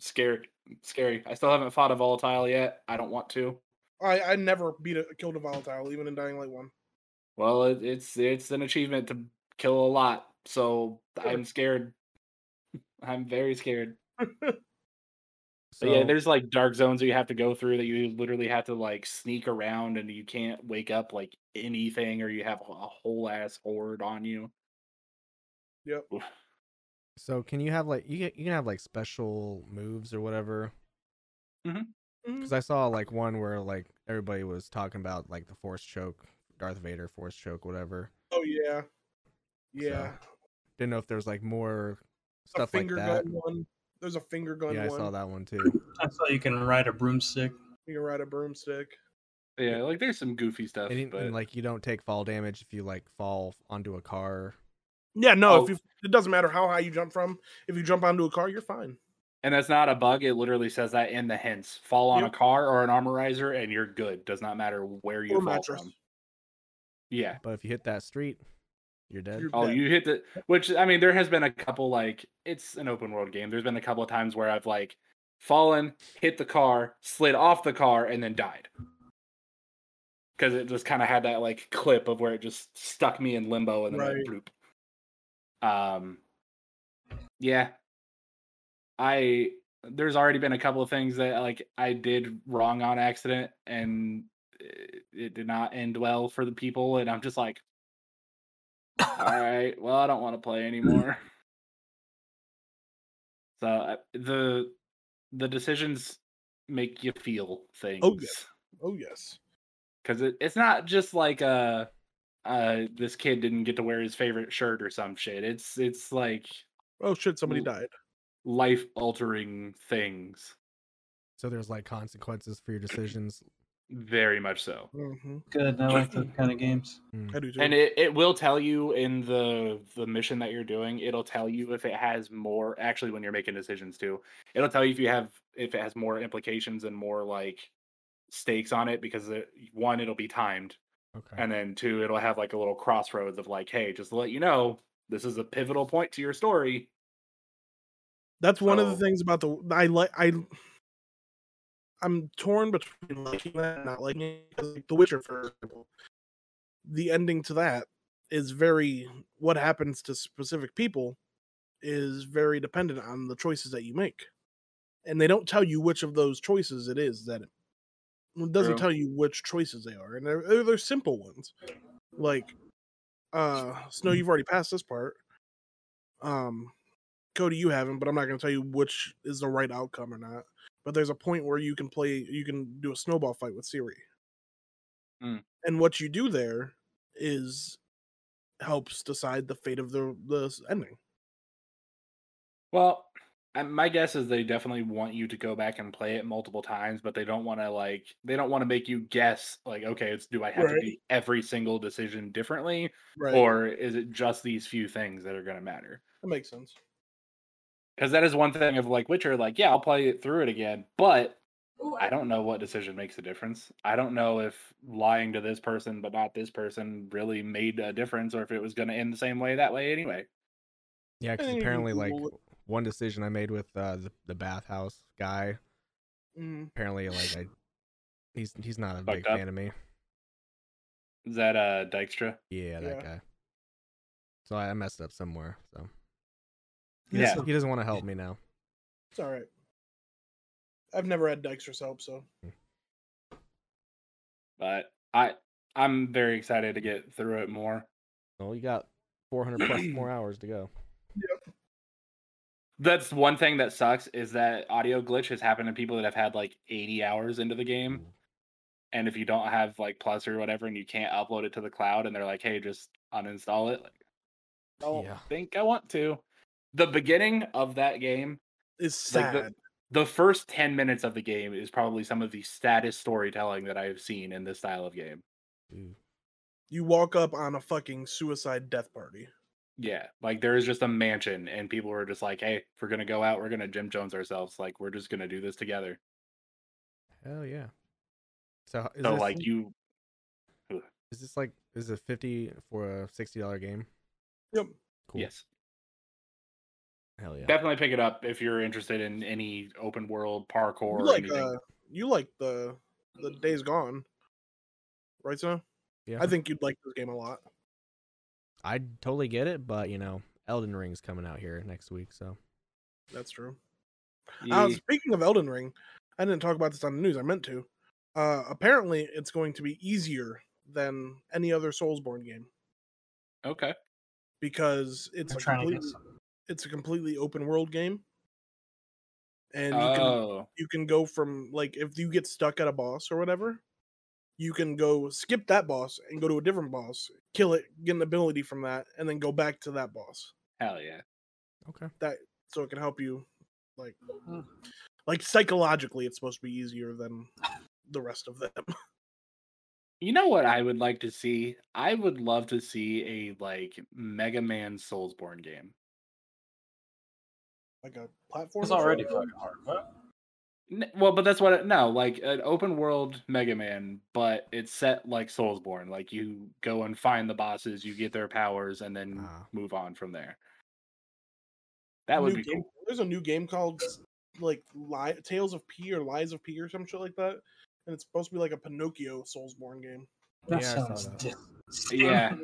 scary. Scary. I still haven't fought a volatile yet. I don't want to.
I I never beat a killed a volatile even in Dying Light One.
Well, it, it's it's an achievement to kill a lot, so
Sure.
I'm scared. I'm very scared.
So
But yeah, there's like dark zones that you have to go through that you literally have to like sneak around and you can't wake up like anything or you have a whole ass horde on you.
Yep.
so can you have like you can, you can have like special moves or whatever?
Mhm.
Because I saw like one where like everybody was talking about like the force choke, Darth Vader force choke, whatever.
Oh yeah, yeah.
Didn't know if there was like more
a
stuff like
finger
that.
gun one. There's a finger gun
Yeah, I
one.
saw that one too.
I saw you can ride a broomstick.
You can ride a broomstick.
Yeah, like there's some goofy stuff.
And, it-
but...
and like you don't take fall damage if you like fall onto a car.
Yeah, no,
Oh.
if you, it doesn't matter how high you jump from. If you jump onto a car, you're fine.
And that's not a bug. It literally says that in the hints. Fall on
Yep.
a car or an armorizer, and you're good. Does not matter where you
Or
fall
mattress.
from. Yeah.
But if you hit that street, you're dead.
You're-
Oh,
Yeah.
you hit the. Which I mean, there has been a couple like it's an open world game. There's been a couple of times where I've like fallen, hit the car, slid off the car, and then died. Because it just kind of had that like clip of where it just stuck me in limbo and then went bloop. Um. Yeah, I there's already been a couple of things that like I did wrong on accident and it, it did not end well for the people and I'm just like all right, well I don't want to play anymore. So I- the the decisions make you feel things
yeah. Oh yes.
because it, it's not just like uh uh this kid didn't get to wear his favorite shirt or some shit. It's it's like
Oh shit, somebody
Ooh.
died.
life altering things.
So there's like consequences for your decisions.
Very much so.
hmm
Good. I like those kind of games.
I do too.
And it, it will tell you in the the mission that you're doing, it'll tell you if it has more actually when you're making decisions too. It'll tell you if you have if it has more implications and more like stakes on it because it, one it'll be timed
Okay.
and then two it'll have like a little crossroads of like hey, just to let you know, this is a pivotal point to your story.
That's one of the
so-
things about the I like I. I'm torn between liking that and not liking it. 'cause, like, the Witcher, for example, the ending to that is very what happens to specific people is very dependent on the choices that you make, and they don't tell you which of those choices it is that it, it doesn't
True.
tell you which choices they are, and they're they're, they're
Mm-hmm.
simple ones, like uh, Snow. You've already passed this part. Um, Cody, you haven't, but I'm not going to tell you which is the right outcome or not. But there's a point where you can play, you can do a snowball fight with Siri.
Mm.
And what you do there is helps decide the fate of the the s- ending.
Well, I- my guess is they definitely want you to go back and play it multiple times, but they don't want to like they don't want to make you guess like okay, it's do I have
Right.
to do every single decision differently
Right.
or is it just these few things that are going to matter?
that makes sense.
Cuz that is one thing of like Witcher like yeah, I'll play it through it again, but I don't know what decision makes a difference. I don't know if lying to this person but not this person really made a difference or if it was going to end the same way that way anyway.
Yeah, because
Yeah, you can
apparently, like
Google it.
one decision I made with uh, the the bathhouse guy,
Mm.
apparently, like I, he's he's not a big
up.
fan of me.
Is that uh Dykstra?
Yeah, that
Yeah.
guy. So I I messed up somewhere. So he
Yeah.
doesn't, he doesn't want to help me now.
It's all right. I've never had Dykstra's help, so
but I I'm very excited to get through it more.
Well, you got 400 plus more hours to go.
That's one thing that sucks is that audio glitch has happened to people that have had like 80 hours into the game, and if you don't have like plus or whatever, and you can't upload it to the cloud, and they're like, "Hey, just uninstall it." Like, I don't
Yeah.
think I want to. The beginning of that game,
it's
Like
sad.
the- the first 10 minutes of the game is probably some of the saddest storytelling that I've seen in this style of game.
Ooh.
you walk up on a fucking suicide death party.
Yeah, like there is just a mansion, and people were just like, "Hey, if we're gonna go out, we're gonna Jim Jones ourselves. Like, we're just gonna do this together."
Hell yeah. So is
so,
this,
like, you,
is this like is it 50 for a 60 dollar game?
Yep.
Cool.
yes,
Hell yeah.
definitely pick it up if you're interested in any open world parkour. Or
you like
anything.
uh, you like the the Days Gone, right? So
yeah.
I think you'd like this game a lot.
I totally get it, but you know, Elden Ring's coming out here next week, so
That's true. Uh,
Ye-
speaking of Elden Ring, I didn't talk about this on the news. I meant to. Uh, apparently, it's going to be easier than any other Soulsborne game
okay,
because it's
I'm
a
trying to
completely,
get some.
it's a completely open world game, and you can
oh,
you can go from like if you get stuck at a boss or whatever, you can go skip that boss and go to a different boss, kill it, get an ability from that, and then go back to that boss.
hell yeah,
okay.
So it can help you, like,
Hmm.
like psychologically, it's supposed to be easier than the rest of them.
you know what I would like to see? I would love to see a like Mega Man Soulsborne game.
like a platform.
It's already fucking hard. What?
N- Well, but that's what it, no, like an open world Mega Man, but it's set like Soulsborne. Like you go and find the bosses, you get their powers, and then
Ah.
move on from there. That would
Uh-huh. new
be
game.
cool.
There's a new game called like Li- Tales of P or Lies of P or some shit like that, and it's supposed to be like a Pinocchio Soulsborne game.
That
Yeah, I saw
sounds
that.
di-
Yeah.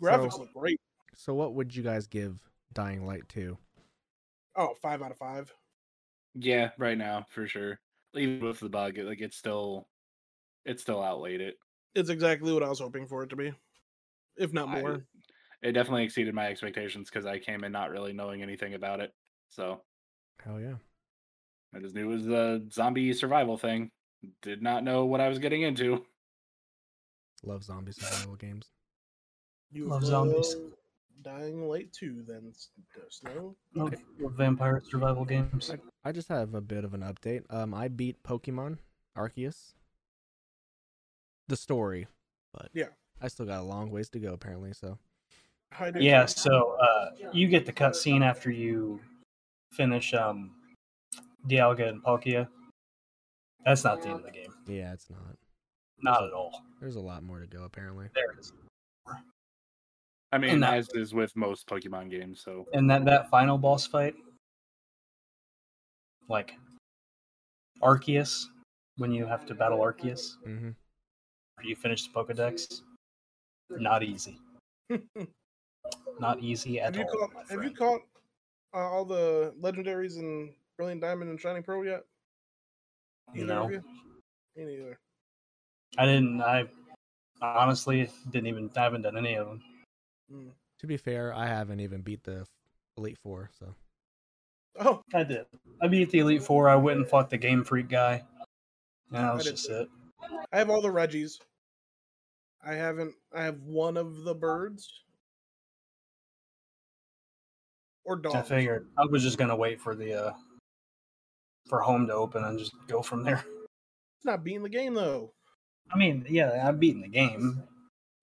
Graphics
So-
look great.
So what would you guys give Dying Light 2?
Oh, five out of five.
Yeah, right now for sure. Even with the bug, it, like it's still, it's still outweighed it.
It's exactly what I was hoping for it to be, if not
I-
more.
It definitely exceeded my expectations because I came in not really knowing anything about it. So
Hell yeah.
I just knew it was a zombie survival thing. Did not know what I was getting into.
Love zombie survival games.
You
Love zombies.
love Dying Light two, then S- uh, Snow.
no, vampire survival games.
I just have a bit of an update. Um I beat Pokemon Arceus. The story, but
Yeah.
I still got a long ways to go apparently, so
Hi, dude.
Yeah, so uh, you get the cutscene after you finish um, Dialga and Palkia. That's not the end of the game.
yeah, it's not.
Not at all.
There's a lot more to go apparently.
There it is.
I mean,
that-
as is with most Pokemon games. So
And that, that final boss fight, like Arceus, when you have to battle Arceus,
Mhm.
or you finish the Pokedex, not easy. Not easy at
have you
all.
caught?
my
Have you
friend.
caught uh, all the legendaries in Brilliant Diamond and Shining Pearl yet? Either
No.
of you? Me neither.
I didn't. I honestly didn't even. I haven't done any of them.
To be fair, I haven't even beat the Elite Four, so
Oh,
I did. I beat the Elite Four. I went and fought the Game Freak guy. And that was
did
just
too.
it.
I have all the Reggies. I haven't. I have one of the birds. Or dogs.
I figured I was just gonna wait for the uh for home to open and just go from there.
It's not beating the game though.
I mean, yeah, I've beaten the game.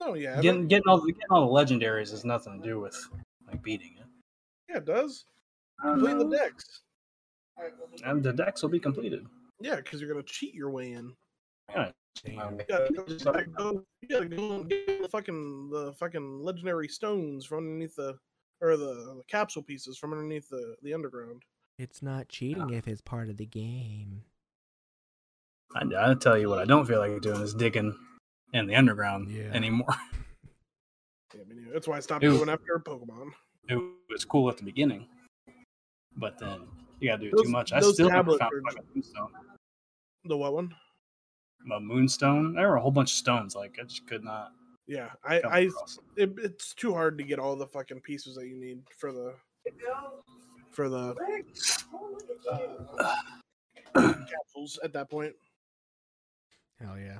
Oh yeah, I
Getting
bet-
getting all the getting all the legendaries has nothing to do with like beating it.
yeah, it does. Complete
Uh-huh.
the decks.
And the decks will be completed.
Yeah, because you're gonna cheat your way in.
damn.
You
Uh,
gotta go, you gotta go, oh, you gotta go and get the fucking the fucking legendary stones from underneath the or the, the capsule pieces from underneath the the underground.
It's not cheating
Ah.
if it's part of the game.
I, I tell you what, I don't feel like doing is digging in the underground
Yeah.
anymore.
Yeah, I mean, that's why I stopped
Ew.
going after Pokemon.
It was cool at the beginning, but then you gotta do
Those-
too much. I
those
still never
tablets
found
are-
fucking moonstone.
The what one?
A moonstone. There were a whole bunch of stones. Like I just could not.
Yeah, I
come
I
across them.
it, it's too hard to get all the fucking pieces that you need for the for the uh, capsules at that point.
Hell yeah.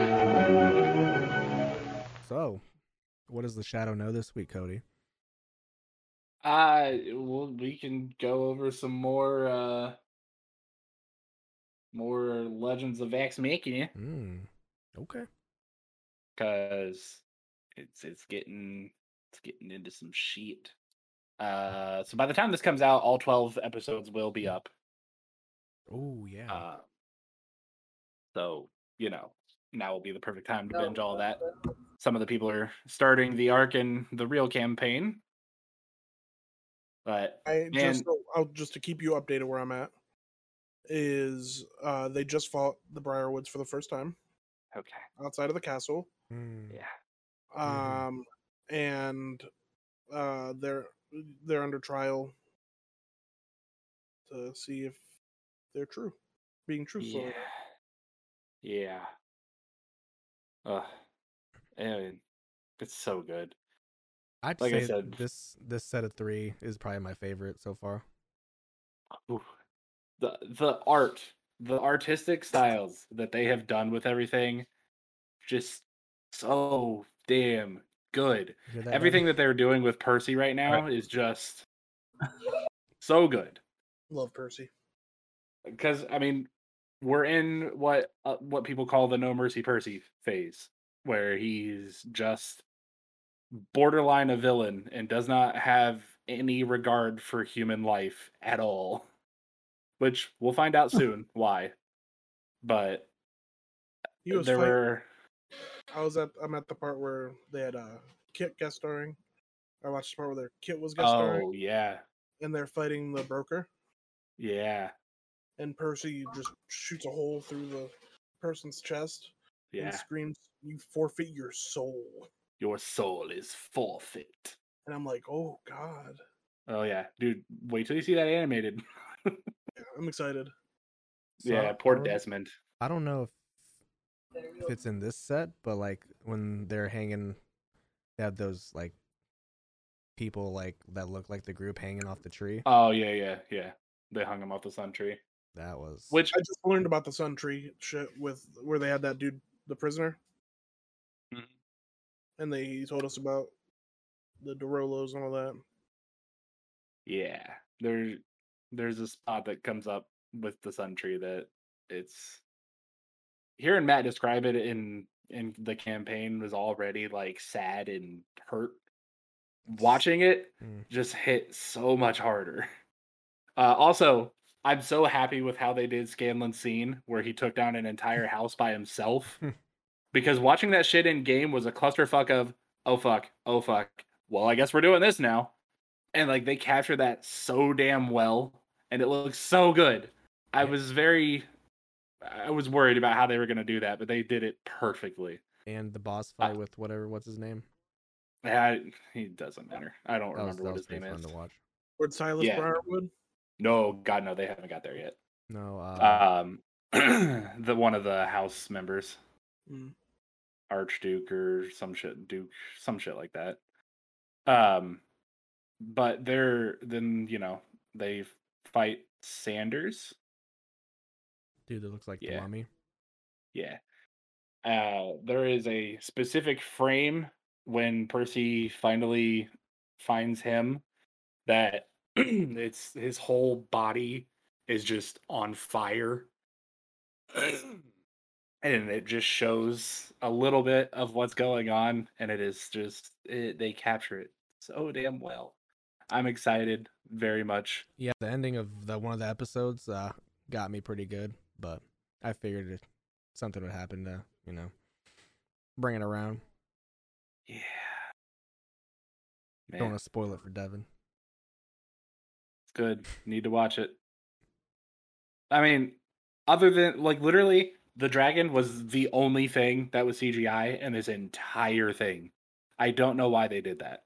So, what does the shadow know this week, Cody?
Uh well we can go over some more uh more legends of Axe Machina
Hmm. Okay.
because it's it's getting it's getting into some shit. Uh so by the time this comes out, all twelve episodes will be up.
Oh yeah.
Uh, so you know, now will be the perfect time to binge all that. Some of the people are starting the arc in the real campaign, but
I
Man.
just oh, I'll just to keep you updated where I'm at is uh they just fought the Briarwoods for the first time
okay,
outside of the castle.
Hmm.
yeah,
Um and uh they're they're under trial to see if they're true. Being truthful.
yeah, yeah. Ugh. And it's so good.
I'd
Like I
say
said-
this this set of three is probably my favorite so far.
Oof. the the art the artistic styles that they have done with everything just so damn good
You hear that,
everything
Devin?
that they're doing with percy right now is just so good
Love Percy.
because i mean we're in what uh, what people call the no mercy percy phase where he's just borderline a villain and does not have any regard for human life at all which we'll find out soon why but
He was
there
fighting-
were
I was at I'm at the part where they had uh Kit guest starring. I watched the part where their Kit was guest starring
oh yeah
and they're fighting the broker
yeah
and Percy just shoots a hole through the person's chest
yeah
and screams, You forfeit your soul.
your soul is forfeit
And I'm like, Oh god.
oh yeah dude wait till you see that animated
Yeah, I'm excited.
So,
yeah poor
um,
desmond
I don't know if if it's in this set, but like when they're hanging, they have those like people like that look like the group hanging off the tree.
oh yeah yeah yeah they hung him off the sun tree
That was
which
I just learned about the Sun Tree shit with where they had that dude the prisoner.
Mhm.
And they he told us about the Dorolos and all that.
Yeah, there, there's a spot that comes up with the sun tree that it's hearing Matt describe it in in the campaign was already like sad and hurt. Watching it
Mm.
just hit so much harder. Uh, also, I'm so happy with how they did Scanlan's scene where he took down an entire house by himself. because watching that shit in game was a clusterfuck of oh fuck, oh fuck. Well, I guess we're doing this now and like they capture that so damn well and it looks so good i was very i was worried about how they were going to do that but they did it perfectly
and the boss
uh,
fight with whatever what's his name.
I, it doesn't matter i don't
That was, that
remember what
was
his name
pretty fun
is
to watch.
Lord Silas
Yeah.
Briarwood.
no god no they haven't got there yet
No, uh,
um the one of the house members
Mm.
archduke or some shit duke some shit like that um but they're then you know they fight sanders
dude that looks like the
yeah.
mummy.
Yeah. Uh, there is a specific frame when Percy finally finds him that it's his whole body is just on fire. and it just shows a little bit of what's going on and it is just it, they capture it so damn well. I'm excited very much.
Yeah, the ending of the one of the episodes uh, got me pretty good, but I figured it, something would happen to you know bring it around.
Yeah.
Don't
Man,
want to spoil it for Devin.
It's good. Need to watch it. I mean, other than like literally, the dragon was the only thing that was CGI in this entire thing. I don't know why they did that.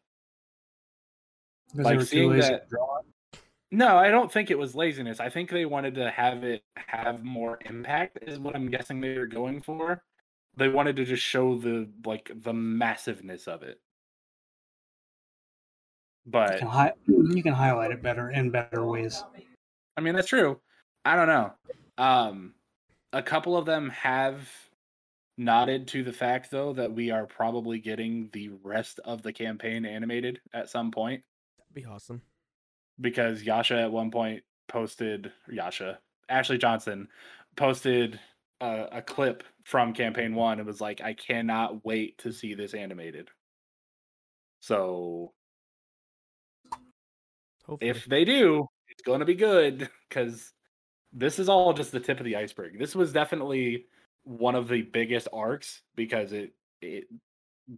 Because
Like,
they were too
seeing
lazy
that-
to draw it.
No, I don't think it was laziness. I think they wanted to have it have more impact is what I'm guessing they were going for. They wanted to just show the like the massiveness of it.
You
But
can, hi- you can highlight it better in better ways.
I mean, that's true. I don't know. Um, a couple of them have nodded to the fact, though, that we are probably getting the rest of the campaign animated at some point
That'd be awesome.
because Yasha at one point posted Yasha Ashley Johnson posted a, a clip from campaign one and was like, "I cannot wait to see this animated." So
Hopefully,
if they do, it's going to be good because this is all just the tip of the iceberg. This was definitely one of the biggest arcs because it it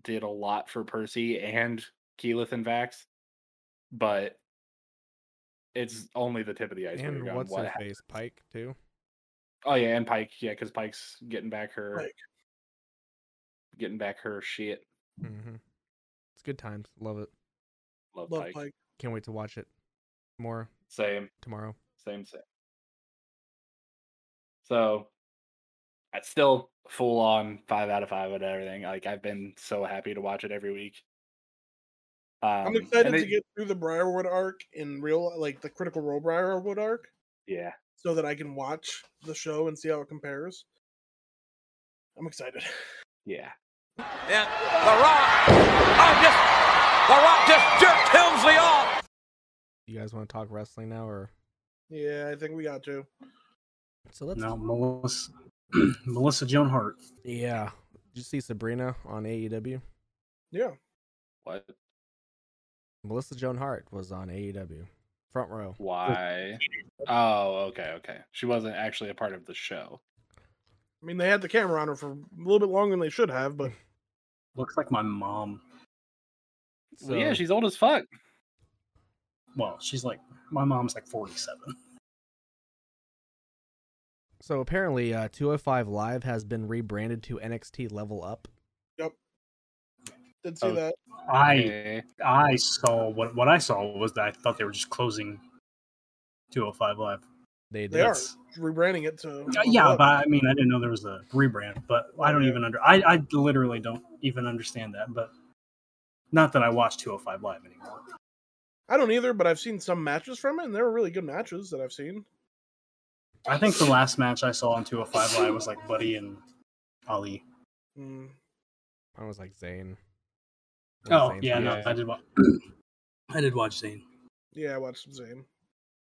did a lot for Percy and Keyleth and Vax, but it's only the tip of the iceberg.
and
on
what's
what
her
hap-
face Pike too?
Oh yeah, and Pike, yeah, because Pike's getting back her
Pike.
getting back her shit.
Mm-hmm. It's good times. Love it.
Love,
Love
Pike.
Pike.
Can't wait to watch it more
Same.
tomorrow.
Same, same. So, it's still full on five out of five and everything. Like I've been so happy to watch it every week. Um,
I'm
and
excited to
it-
get through the Briarwood arc in real, like the Critical Role Briarwood arc,
Yeah,
so that I can watch the show and see how it compares. I'm excited.
yeah.
And The Rock, oh, just, The Rock just jerked Helmsley off.
You guys want to talk wrestling now, or
Yeah, I think we got to.
so? Let's.
No, Melissa, Melissa Joan Hart.
Yeah. Did you see Sabrina on E AEW?
Yeah.
What?
Melissa Joan Hart was on AEW, front row.
Why? Oh, okay, okay. She wasn't actually a part of the show.
I mean, they had the camera on her for a little bit longer than they should have, but
Looks like my mom.
So yeah,
So-
she's old as fuck.
Well, she's like my mom's like forty-seven.
So apparently, uh, 205 Live has been rebranded to NXT Level Up.
did see
Oh,
that.
I
Okay.
I saw what what I saw was that I thought they were just closing two hundred five live.
They
They
did.
are
That's-
rebranding it to.
Uh, Yeah, but I mean, I didn't know there was a rebrand, but I don't even under, I, I literally don't even understand that, but not that I watch 205 Live anymore.
I don't either. But I've seen some matches from it, and they were really good matches that I've seen.
I think the last match I saw on 205 Live was like Buddy and Ali.
Mm.
I was like Zayn.
Oh,
Zayn's
yeah,
on
no,
it.
I did watch, I did watch Zane.
Yeah, I watched some Zayn.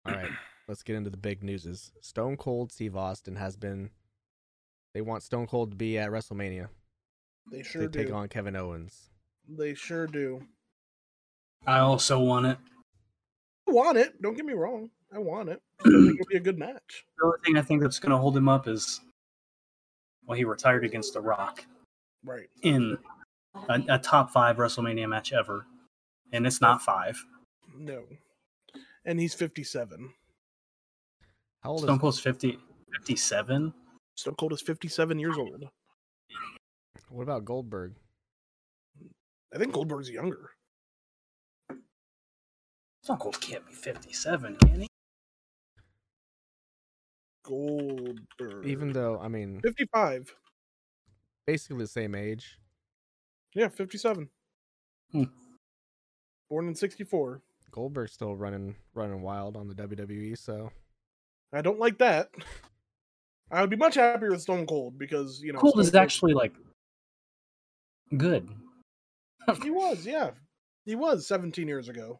All right, let's get into the big newses. Stone Cold Steve Austin has been. They want Stone Cold to be at WrestleMania.
They sure
they take
do.
on Kevin Owens.
They sure do.
I also want it.
I want it. Don't get me wrong. I want it. I think it'll be a good match.
The only thing I think that's going to hold him up is, well, he retired against The Rock
Right.
in a, a top five WrestleMania match ever, and it's not five.
No. And he's 57.
How old
Stone
is
Cold's 50, 57.
Stone Cold is 57 years old.
what about Goldberg?
I think Goldberg's younger.
Stone Cold can't be 57, can he?
Goldberg.
Even though I mean
55.
basically the same age.
Yeah, 57.
Hmm.
Born in 64.
Goldberg's still running running wild on the WWE, so
I don't like that. I would be much happier with Stone Cold because, you know.
Cold
Stone
is actually like good.
He was, yeah. He was 17 years ago.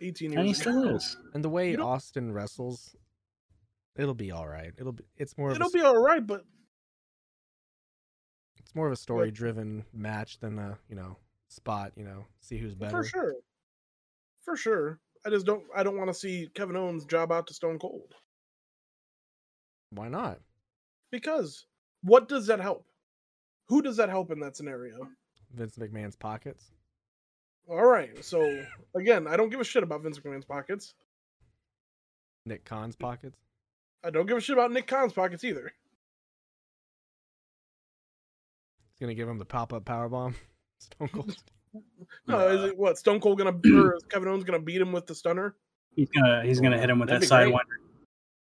18 years
And he
ago.
still is.
and the way
You don't-
Austin wrestles, it'll be all right. It'll be it's more of a,
It'll be all right, but
it's more of a story driven match than a you know spot. You know, see who's better.
for sure. For sure. I just don't I don't want to see Kevin Owens job out to Stone Cold.
Why not?
Because what does that help? Who does that help in that scenario?
Vince McMahon's pockets.
All right. So again, I don't give a shit about Vince McMahon's pockets.
Nick Khan's pockets.
I don't give a shit about Nick Khan's pockets either.
He's gonna give him the pop up power bomb. Stone Cold.
No, is it what Stone Cold gonna or is Kevin Owens gonna beat him with the stunner?
He's gonna he's gonna hit him with
That'd
that
be great.
sidewinder.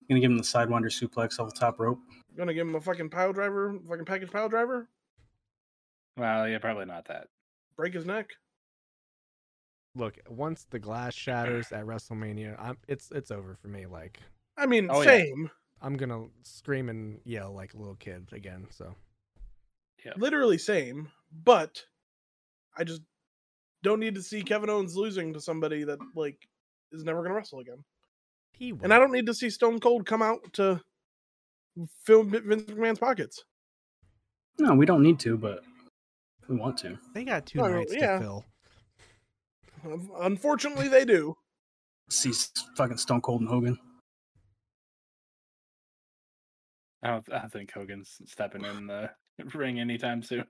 Gonna give him the sidewinder suplex off the top rope.
Gonna give him a fucking pile driver, fucking package pile driver,
Well, yeah, probably not that.
break his neck.
Look, once the glass shatters at WrestleMania, I'm it's it's over for me. Like
I mean,
Oh, yeah.
same.
I'm gonna scream and yell like a little kid again. So
Literally same. But I just don't need to see Kevin Owens losing to somebody that like is never gonna wrestle again.
he
And I don't need to see Stone Cold come out to fill Vince McMahon's pockets.
No, we don't need to, but if we want to.
They got two
Oh,
nights
yeah.
to fill.
Un- Unfortunately, they do.
See s- fucking Stone Cold and Hogan.
I don't, I don't think Hogan's stepping in the ring anytime soon.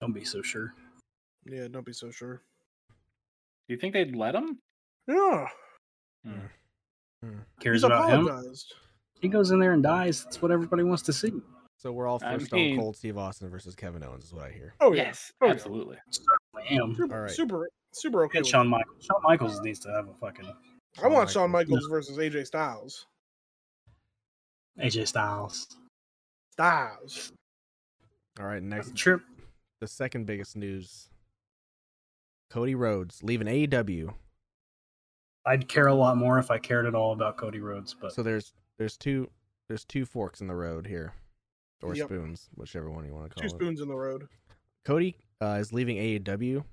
Don't be so sure.
Yeah, don't be so sure.
Do you think they'd let him?
Yeah,
Cares
he's
about him.
apologized.
He goes in there and dies. That's what everybody wants to see.
So we're all for
I
Stone
mean-
Cold Steve Austin versus Kevin Owens, is what I hear.
Oh yeah,
yes,
Oh, yeah.
absolutely.
I am.
super,
All right.
super, super okay.
And
with
Shawn Michaels. Shawn Michaels needs to have a fucking
I
Shawn
want Shawn
Michaels.
Michaels versus AJ Styles.
AJ Styles.
Styles.
All right, next
Trip.
the second biggest news. Cody Rhodes leaving E AEW.
I'd care a lot more if I cared at all about Cody Rhodes, but
So there's there's two there's two forks in the road here, or
Yep.
spoons, whichever one you want to call
Two
it.
spoons in the road.
Cody uh, is leaving AEW.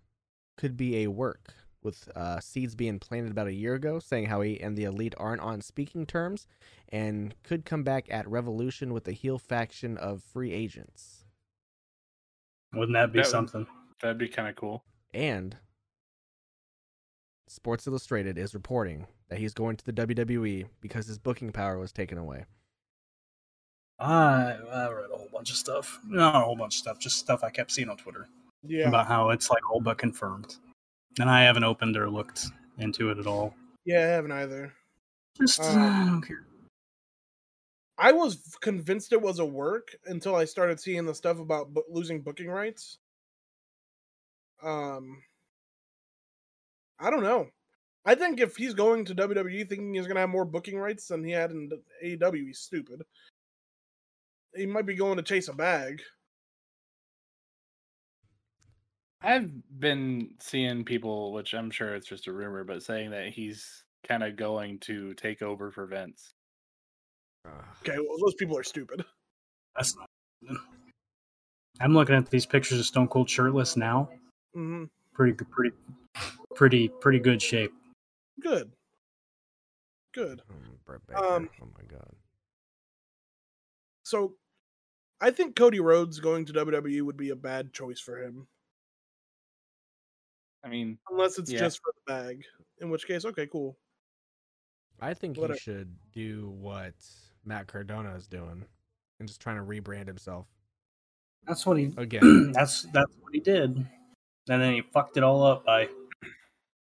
Could be a work with uh, seeds being planted about a year ago, saying how he and the elite aren't on speaking terms, and could come back at Revolution with the heel faction of free agents.
wouldn't that be
That would-
something?
That'd be kind of cool.
And Sports Illustrated is reporting that he's going to the WWE because his booking power was taken away.
I I read a whole bunch of stuff. Not a whole bunch of stuff, just stuff I kept seeing on Twitter
Yeah,
about how it's like all but confirmed. And I haven't opened or looked into it at all.
yeah, I haven't either.
Just
Uh,
I don't care.
I was convinced it was a work until I started seeing the stuff about bo- losing booking rights. Um, I don't know. I think if he's going to WWE thinking he's going to have more booking rights than he had in D- AEW, he's stupid. He might be going to chase a bag.
I've been seeing people, which I'm sure it's just a rumor, but saying that he's kind of going to take over for Vince.
Ah,
Okay, well, those people are stupid.
That's not. I'm looking at these pictures of Stone Cold shirtless now.
hmm
Pretty good, pretty, pretty, pretty good shape.
Good. Good.
Um, Brett Baker.
Um,
oh my god.
So I think Cody Rhodes going to WWE would be a bad choice for him.
I mean,
Unless it's
Yeah.
just for the bag. In which case, okay, cool.
I think
What
he
a-
should do what Matt Cardona is doing and just trying to rebrand himself
That's what he.
again.
that's that's what he did, and then he fucked it all up by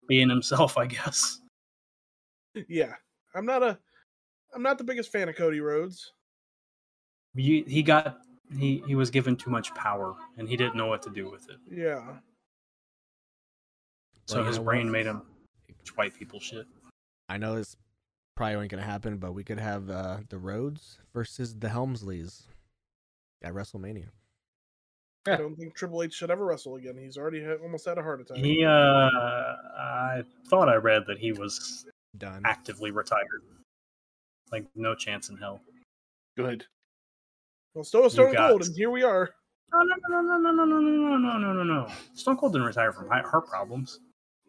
being himself, I guess.
Yeah, I'm not a, I'm not the biggest fan of Cody Rhodes.
He, he got he he was given too much power, and he didn't know what to do with it.
Yeah,
So
Well, you
his
know
brain
what?
made him white people shit.
I know this probably ain't gonna happen, but we could have uh, the Rhodes versus the Helmsleys at WrestleMania.
I
Yeah.
don't think Triple H should ever wrestle again. He's already had, almost had a heart attack.
He uh, I thought I read that he was
Done.
actively retired. Like no chance in hell.
Good.
well, so is Stone
you got-
Cold, and here we are.
No, no, no, no, no, no, no, no, no, no, no, no. Stone Cold didn't retire from hi- heart problems.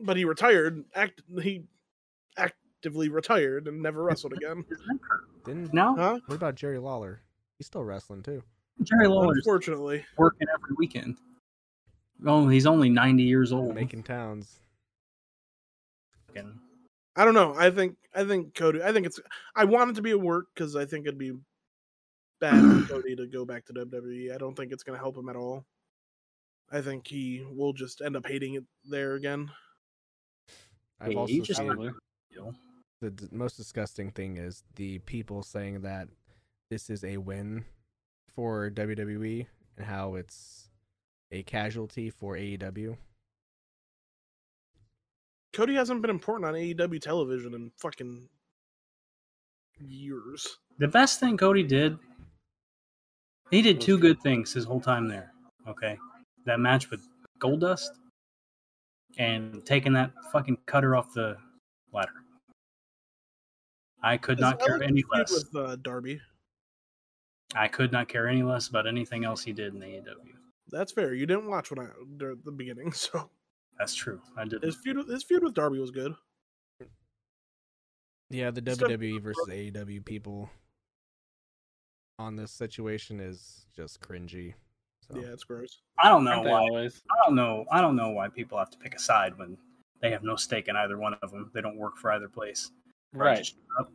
But he retired. Act he actively retired and never wrestled again.
His neck hurt.
Didn't
No,
Huh?
What about Jerry Lawler? He's still wrestling too.
Jerry Lawler's
Unfortunately,
working every weekend. Oh, he's only ninety years old.
Making towns.
Fucking-
I don't know. I think I think Cody. I think it's. I want it to be a work because I think it'd be bad for Cody to go back to WWE. I don't think it's going to help him at all. I think he will just end up hating it there again.
I've
Hey,
also
you just-
seen
Probably.
the d- most disgusting thing is the people saying that this is a win for WWE and how it's a E casualty for AEW.
Cody hasn't been important on AEW television in fucking years.
The best thing Cody did, he did
Was
two
good.
good things his whole time there. Okay, that match with Goldust, and taking that fucking cutter off the ladder. I could not
I
care
like
any
his feud
less.
with uh, Darby.
I could not care any less about anything else he did in E AEW.
That's fair. You didn't watch when I dur- the beginning, so
That's true. I did.
his feud with, his feud with Darby was good.
Yeah, the
Stuff-
WWE versus AEW people on this situation is just cringy. So
Yeah, it's gross.
I don't know
Aren't they
why.
always?
I don't know. I don't know why people have to pick a side when they have no stake in either one of them. They don't work for either place.
Right.
Just shut up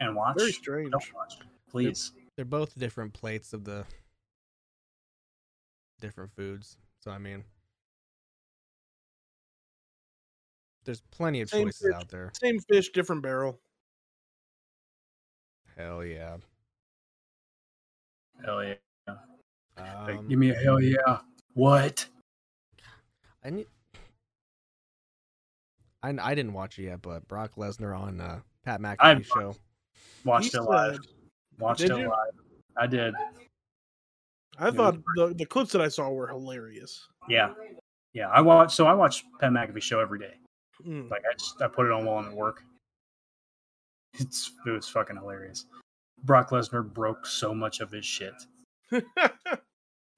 And watch.
Very strange.
Don't watch, please.
they're both different plates of the different foods. So I mean, there's plenty of
Same
choices
fish.
out there.
Same fish, different barrel.
Hell yeah.
Hell yeah. Like,
Um,
Give me a hell yeah. What?
I need. I, I didn't watch it yet, but Brock Lesnar on uh, Pat McAfee show.
Watched it live.
said-
Watched
Did
it
you?
live. I did.
I thought the, the clips that I saw were hilarious.
Yeah. Yeah. I watch. So I watch Pat McAfee show every day.
Mm.
Like I just I put it on while I'm at work. It's it was fucking hilarious. Brock Lesnar broke so much of his shit.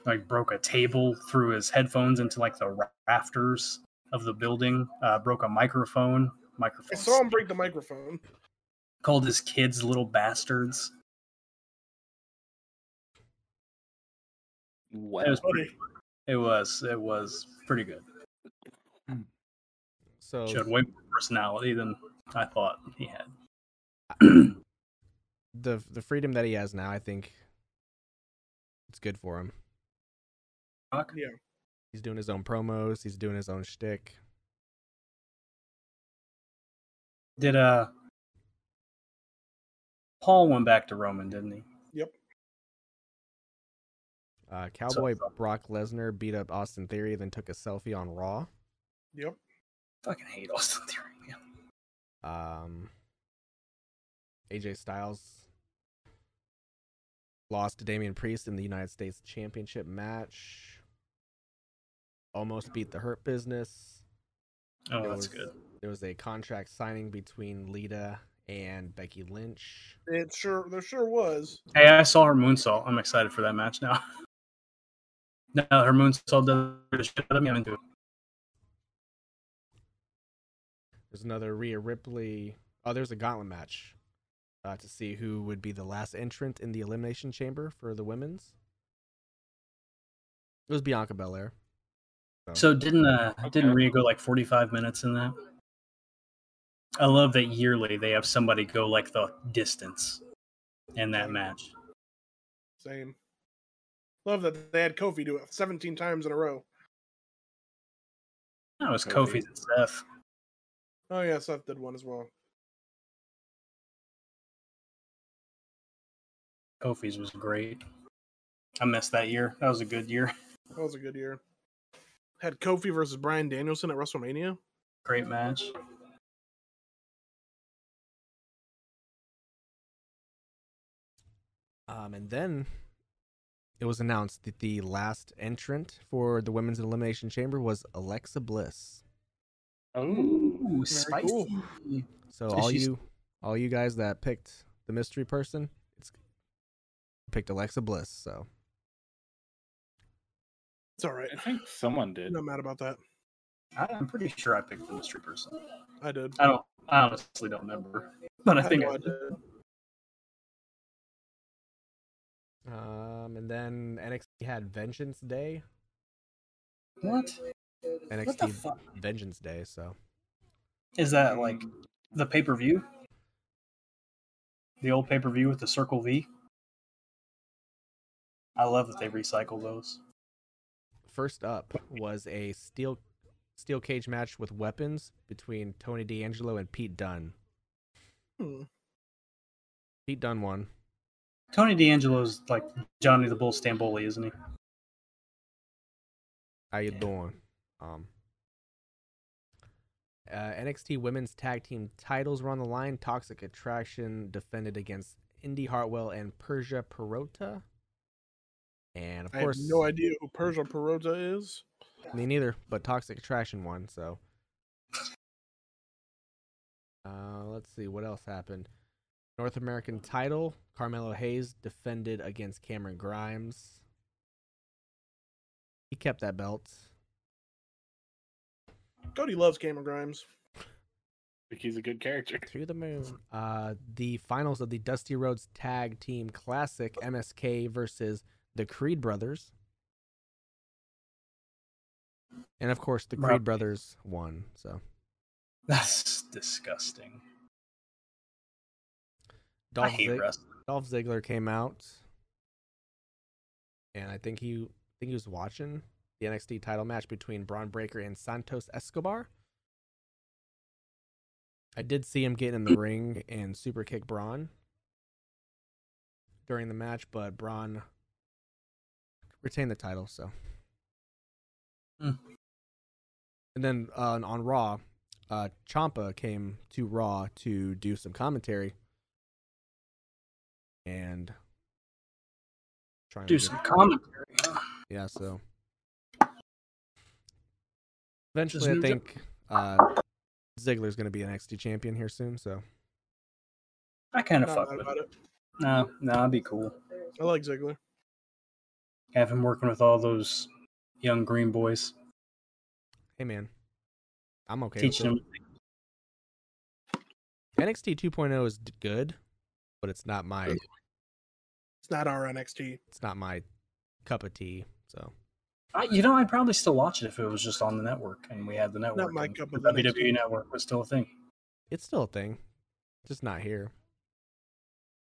like broke a table, threw his headphones into like the ra- rafters of the building, uh, broke a microphone,
I
microphone,
saw him break the microphone.
called his kids little bastards.
What?
It was pretty. It was it was pretty good.
So
Showed way more personality than I thought he had.
the the freedom that he has now, I think, it's good for him.
Brock?
Yeah.
He's doing his own promos. He's doing his own shtick.
Did uh Paul went back to Roman, didn't he?
Uh, Cowboy
so-
Brock Lesnar beat up Austin Theory, then took a selfie on Raw.
Yep.
Fucking hate Austin Theory. Man.
Um, AJ Styles lost to Damian Priest in the United States Championship match. Almost beat the Hurt Business.
Oh,
It
that's
was-
good.
There was a contract signing between Lita and Becky Lynch.
It sure there sure was.
Hey, I saw her moonsault. I'm excited for that match now. now her moonsault does the shit out of me. I'm into it.
There's another Rhea Ripley. Oh, there's a gauntlet match uh, to see who would be the last entrant in the Elimination Chamber for the women's. It was Bianca Belair.
So didn't uh didn't
Oh. Okay.
Rhea go like 45 minutes in that? I love that yearly they have somebody go like the distance in that match.
Same. Love that they had Kofi do it 17 times in a row.
That was
Kofi.
Kofi's and Seth.
Oh yeah, Seth did one as well.
Kofi's was great. I missed that year. That was a good year.
That was a good year. Had Kofi versus Brian Danielson at WrestleMania.
Great match.
Um, and then it was announced that the last entrant for the women's elimination chamber was Alexa Bliss.
Oh,
Ooh, spicy.
cool.
So
So
all
she's-
you, all you guys that picked the mystery person, it's picked Alexa Bliss. So
It's all right.
I think someone did.
Not mad about that.
I- I'm pretty sure I picked the mystery person.
I did.
I don't. I honestly don't remember, but I think
know
I
did.
Um, and then NXT had Vengeance Day.
what? What the
NXT
fuck
Vengeance Day. So
is that? Like the pay per view? The old pay per view with the Circle V. I love that they recycle those.
first up was a steel steel cage match with weapons between Tony D'Angelo and Pete Dunne.
Hmm.
Pete Dunne won.
Tony D'Angelo's like Johnny the Bull Stamboli, isn't he?
How you
Yeah.
doing? Um, uh, NXT Women's Tag Team titles were on the line. Toxic Attraction defended against Indy Hartwell and Persia Perota. And of
I have
course,
no idea who Persia Perota is.
Me neither, but Toxic Attraction won, so. Uh, let's see what else happened. North American title, Carmelo Hayes defended against Cameron Grimes. He kept that belt.
Cody loves Cameron Grimes.
Like, He's a good character.
To the moon. Uh, the finals of the Dusty Rhodes Tag Team Classic, MSK versus the Creed Brothers. And of course, the
Bro.
Creed Brothers won, so.
That's disgusting. I
Dolph
hate
Zig-
wrestling.
Dolph Ziggler came out, and I think he I think he was watching the NXT title match between Braun Breaker and Santos Escobar. I did see him get in the ring and super kick Braun during the match, but Braun retained the title. So,
Hmm.
and then uh, on Raw, uh, Champa came to Raw to do some commentary and trying
Do
to
some commentary.
yeah, so
Just
eventually, I
new gen-
think uh, Ziggler's going to be an NXT champion here soon. So
I kind
Not
of fuck
mad
with
about
it.
it.
No, no, that'd be cool.
I like Ziggler.
Have him working with all those young green boys,
hey, man, I'm okay.
teaching
with
them.
it. NXT 2.0 is d- good, but it's not my
It's not our NXT.
it's not my cup of tea. So
I, you know, I'd probably still watch it if it was just on the network and we had the network.
my
and
cup
the
of tea.
WWE network was still a thing.
it's still a thing, just not here.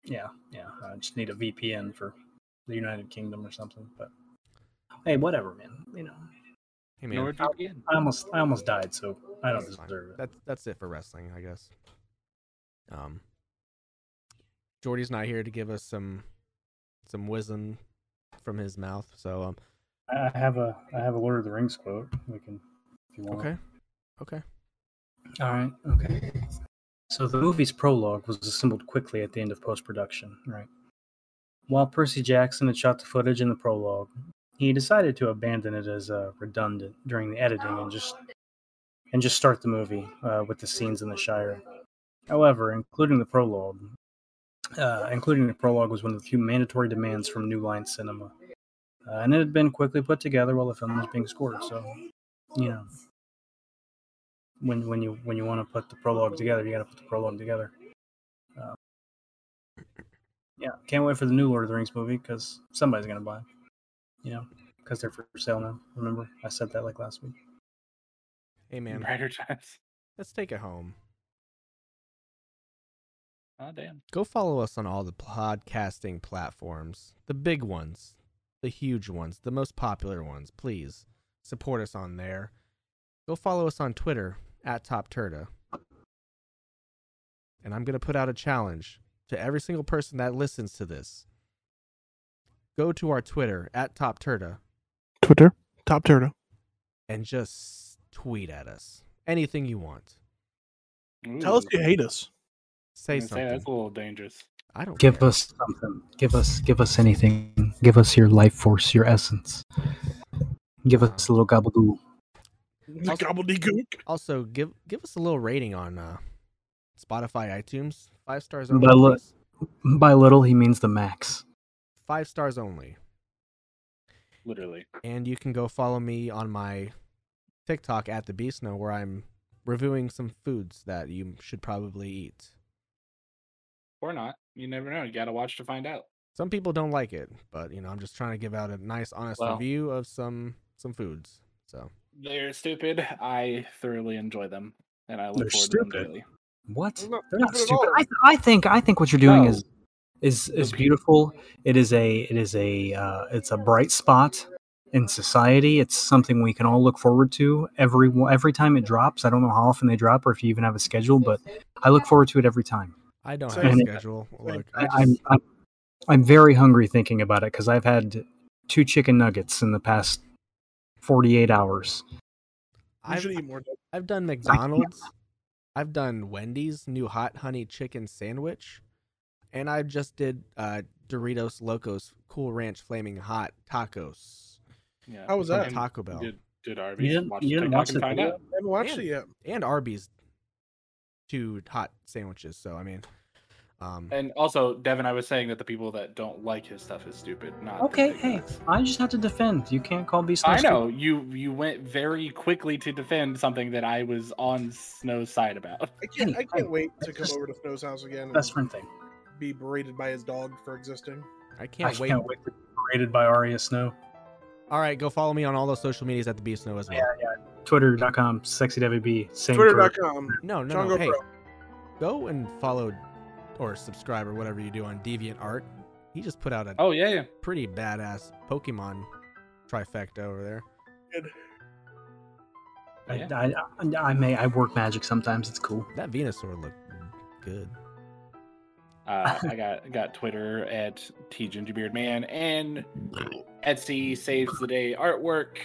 Yeah, yeah. I just need a VPN for the United Kingdom or something. But hey, whatever, man. You know,
Hey, man,
Nor again.
I almost, I almost died, so I don't
That's fine.
deserve it.
That's that's it for wrestling, I guess. Um, Jordy's not here to give us some some wisdom from his mouth, so um,
I I have a, I have a Lord of the Rings quote. We can, if you want.
okay, okay.
All right. Okay. So the movie's prologue was assembled quickly at the end of post production, right? While Percy Jackson had shot the footage in the prologue, he decided to abandon it as uh, redundant during the editing and just and just start the movie uh, with the scenes in the Shire. However, including the prologue, uh, including the prologue was one of the few mandatory demands from New Line Cinema, uh, and it had been quickly put together while the film was being scored. So, you know, when when you when you want to put the prologue together, you got to put the prologue together. Um, yeah, can't wait for the new Lord of the Rings movie because somebody's gonna buy, 'em, you know, because they're for sale now. Remember, I said that like last week.
Hey, man,
Writer times.
let's take it home.
Oh damn.
Go follow us on all the podcasting platforms, the big ones, the huge ones, the most popular ones. Please support us on there. Go follow us on Twitter at Top Turda. and I'm going to put out a challenge to every single person that listens to this. Go to our Twitter at Top Turda
Twitter, Top Turtle.
and just tweet at us anything you want.
Tell us
Ooh.
Mm.
you hate us.
Say
I'm gonna say
something.
that's a little dangerous.
I don't
Give
care.
us something. Give us give us anything. Give us your life force, your essence. Give us a little gabagool.
Also-
Gobbledygook.
Also, give give us a little rating on uh, Spotify, iTunes. Five stars
By
only.
li-
please.
By little he means the max.
Five stars only.
Literally.
And you can go follow me on my TikTok at the Beast Now, where I'm reviewing some foods that you should probably eat.
Or not. You never know. You gotta watch to find out.
Some people don't like it, but you know, I'm just trying to give out a nice, honest
Well.
review of some some foods. So
They're stupid. I thoroughly enjoy them. And I look
They're
forward to
stupid.
them daily.
What?
They're not
They're not
stupid at
stupid.
all.
I, th- I think I think what you're doing
No.
is is is beautiful. It is a it is a uh, it's a bright spot in society. It's something we can all look forward to every every time it drops. I don't know how often they drop or if you even have a schedule, but I look forward to it every time.
I don't
So
have a
you-
schedule. Look, I
I,
just,
I'm, I'm I'm very hungry thinking about it because I've had two chicken nuggets in the past 48 hours.
You
I've,
should eat more. duck.
I've done McDonald's. I've done Wendy's new hot honey chicken sandwich, and I just did uh, Doritos Locos Cool Ranch Flaming Hot tacos
Yeah.
How was
from
that?
And
Taco Bell
Did, did Arby's
didn't-
watch
you
the
didn't
TikTok
watch
and
the
find
video?
out?
I haven't watched it yet.
and Arby's two hot sandwiches. So I mean, um,
And also, Devin, I was saying that the people that don't like his stuff is stupid. Not the
Okay, hey,
TikToks.
I just have to defend. You can't call me.
I know you. You went very quickly to defend something that I was on Snow's side about.
I can't. I can't wait to
That's
come
just-
over to Snow's house again and
Best friend thing.
be berated by his dog for existing.
I can't
I
wait.
can't wait to be rated by Arya Snow.
All right, go follow me on all those social medias at the Beast Know as well.
Yeah, yeah. Twitter.com, sexydevb, same for
Twitter.com.
No, no, no.
Chongo
Hey,
Pro.
go and follow or subscribe or whatever you do on DeviantArt. He just put out a
Oh yeah, yeah.
pretty badass Pokemon trifecta over there.
I,
Yeah.
I, I, I may I work magic sometimes. It's cool.
That Venusaur looked good.
Uh, I got got Twitter at T Gingerbeard Man and Etsy saves the day artwork.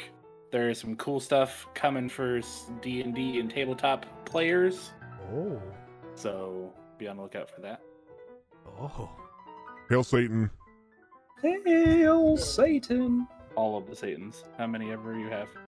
There is some cool stuff coming for D and D and tabletop players,
Oh,
so be on the lookout for that.
oh.
Hail Satan.
Hail Satan!
All of the Satans, how many ever you have.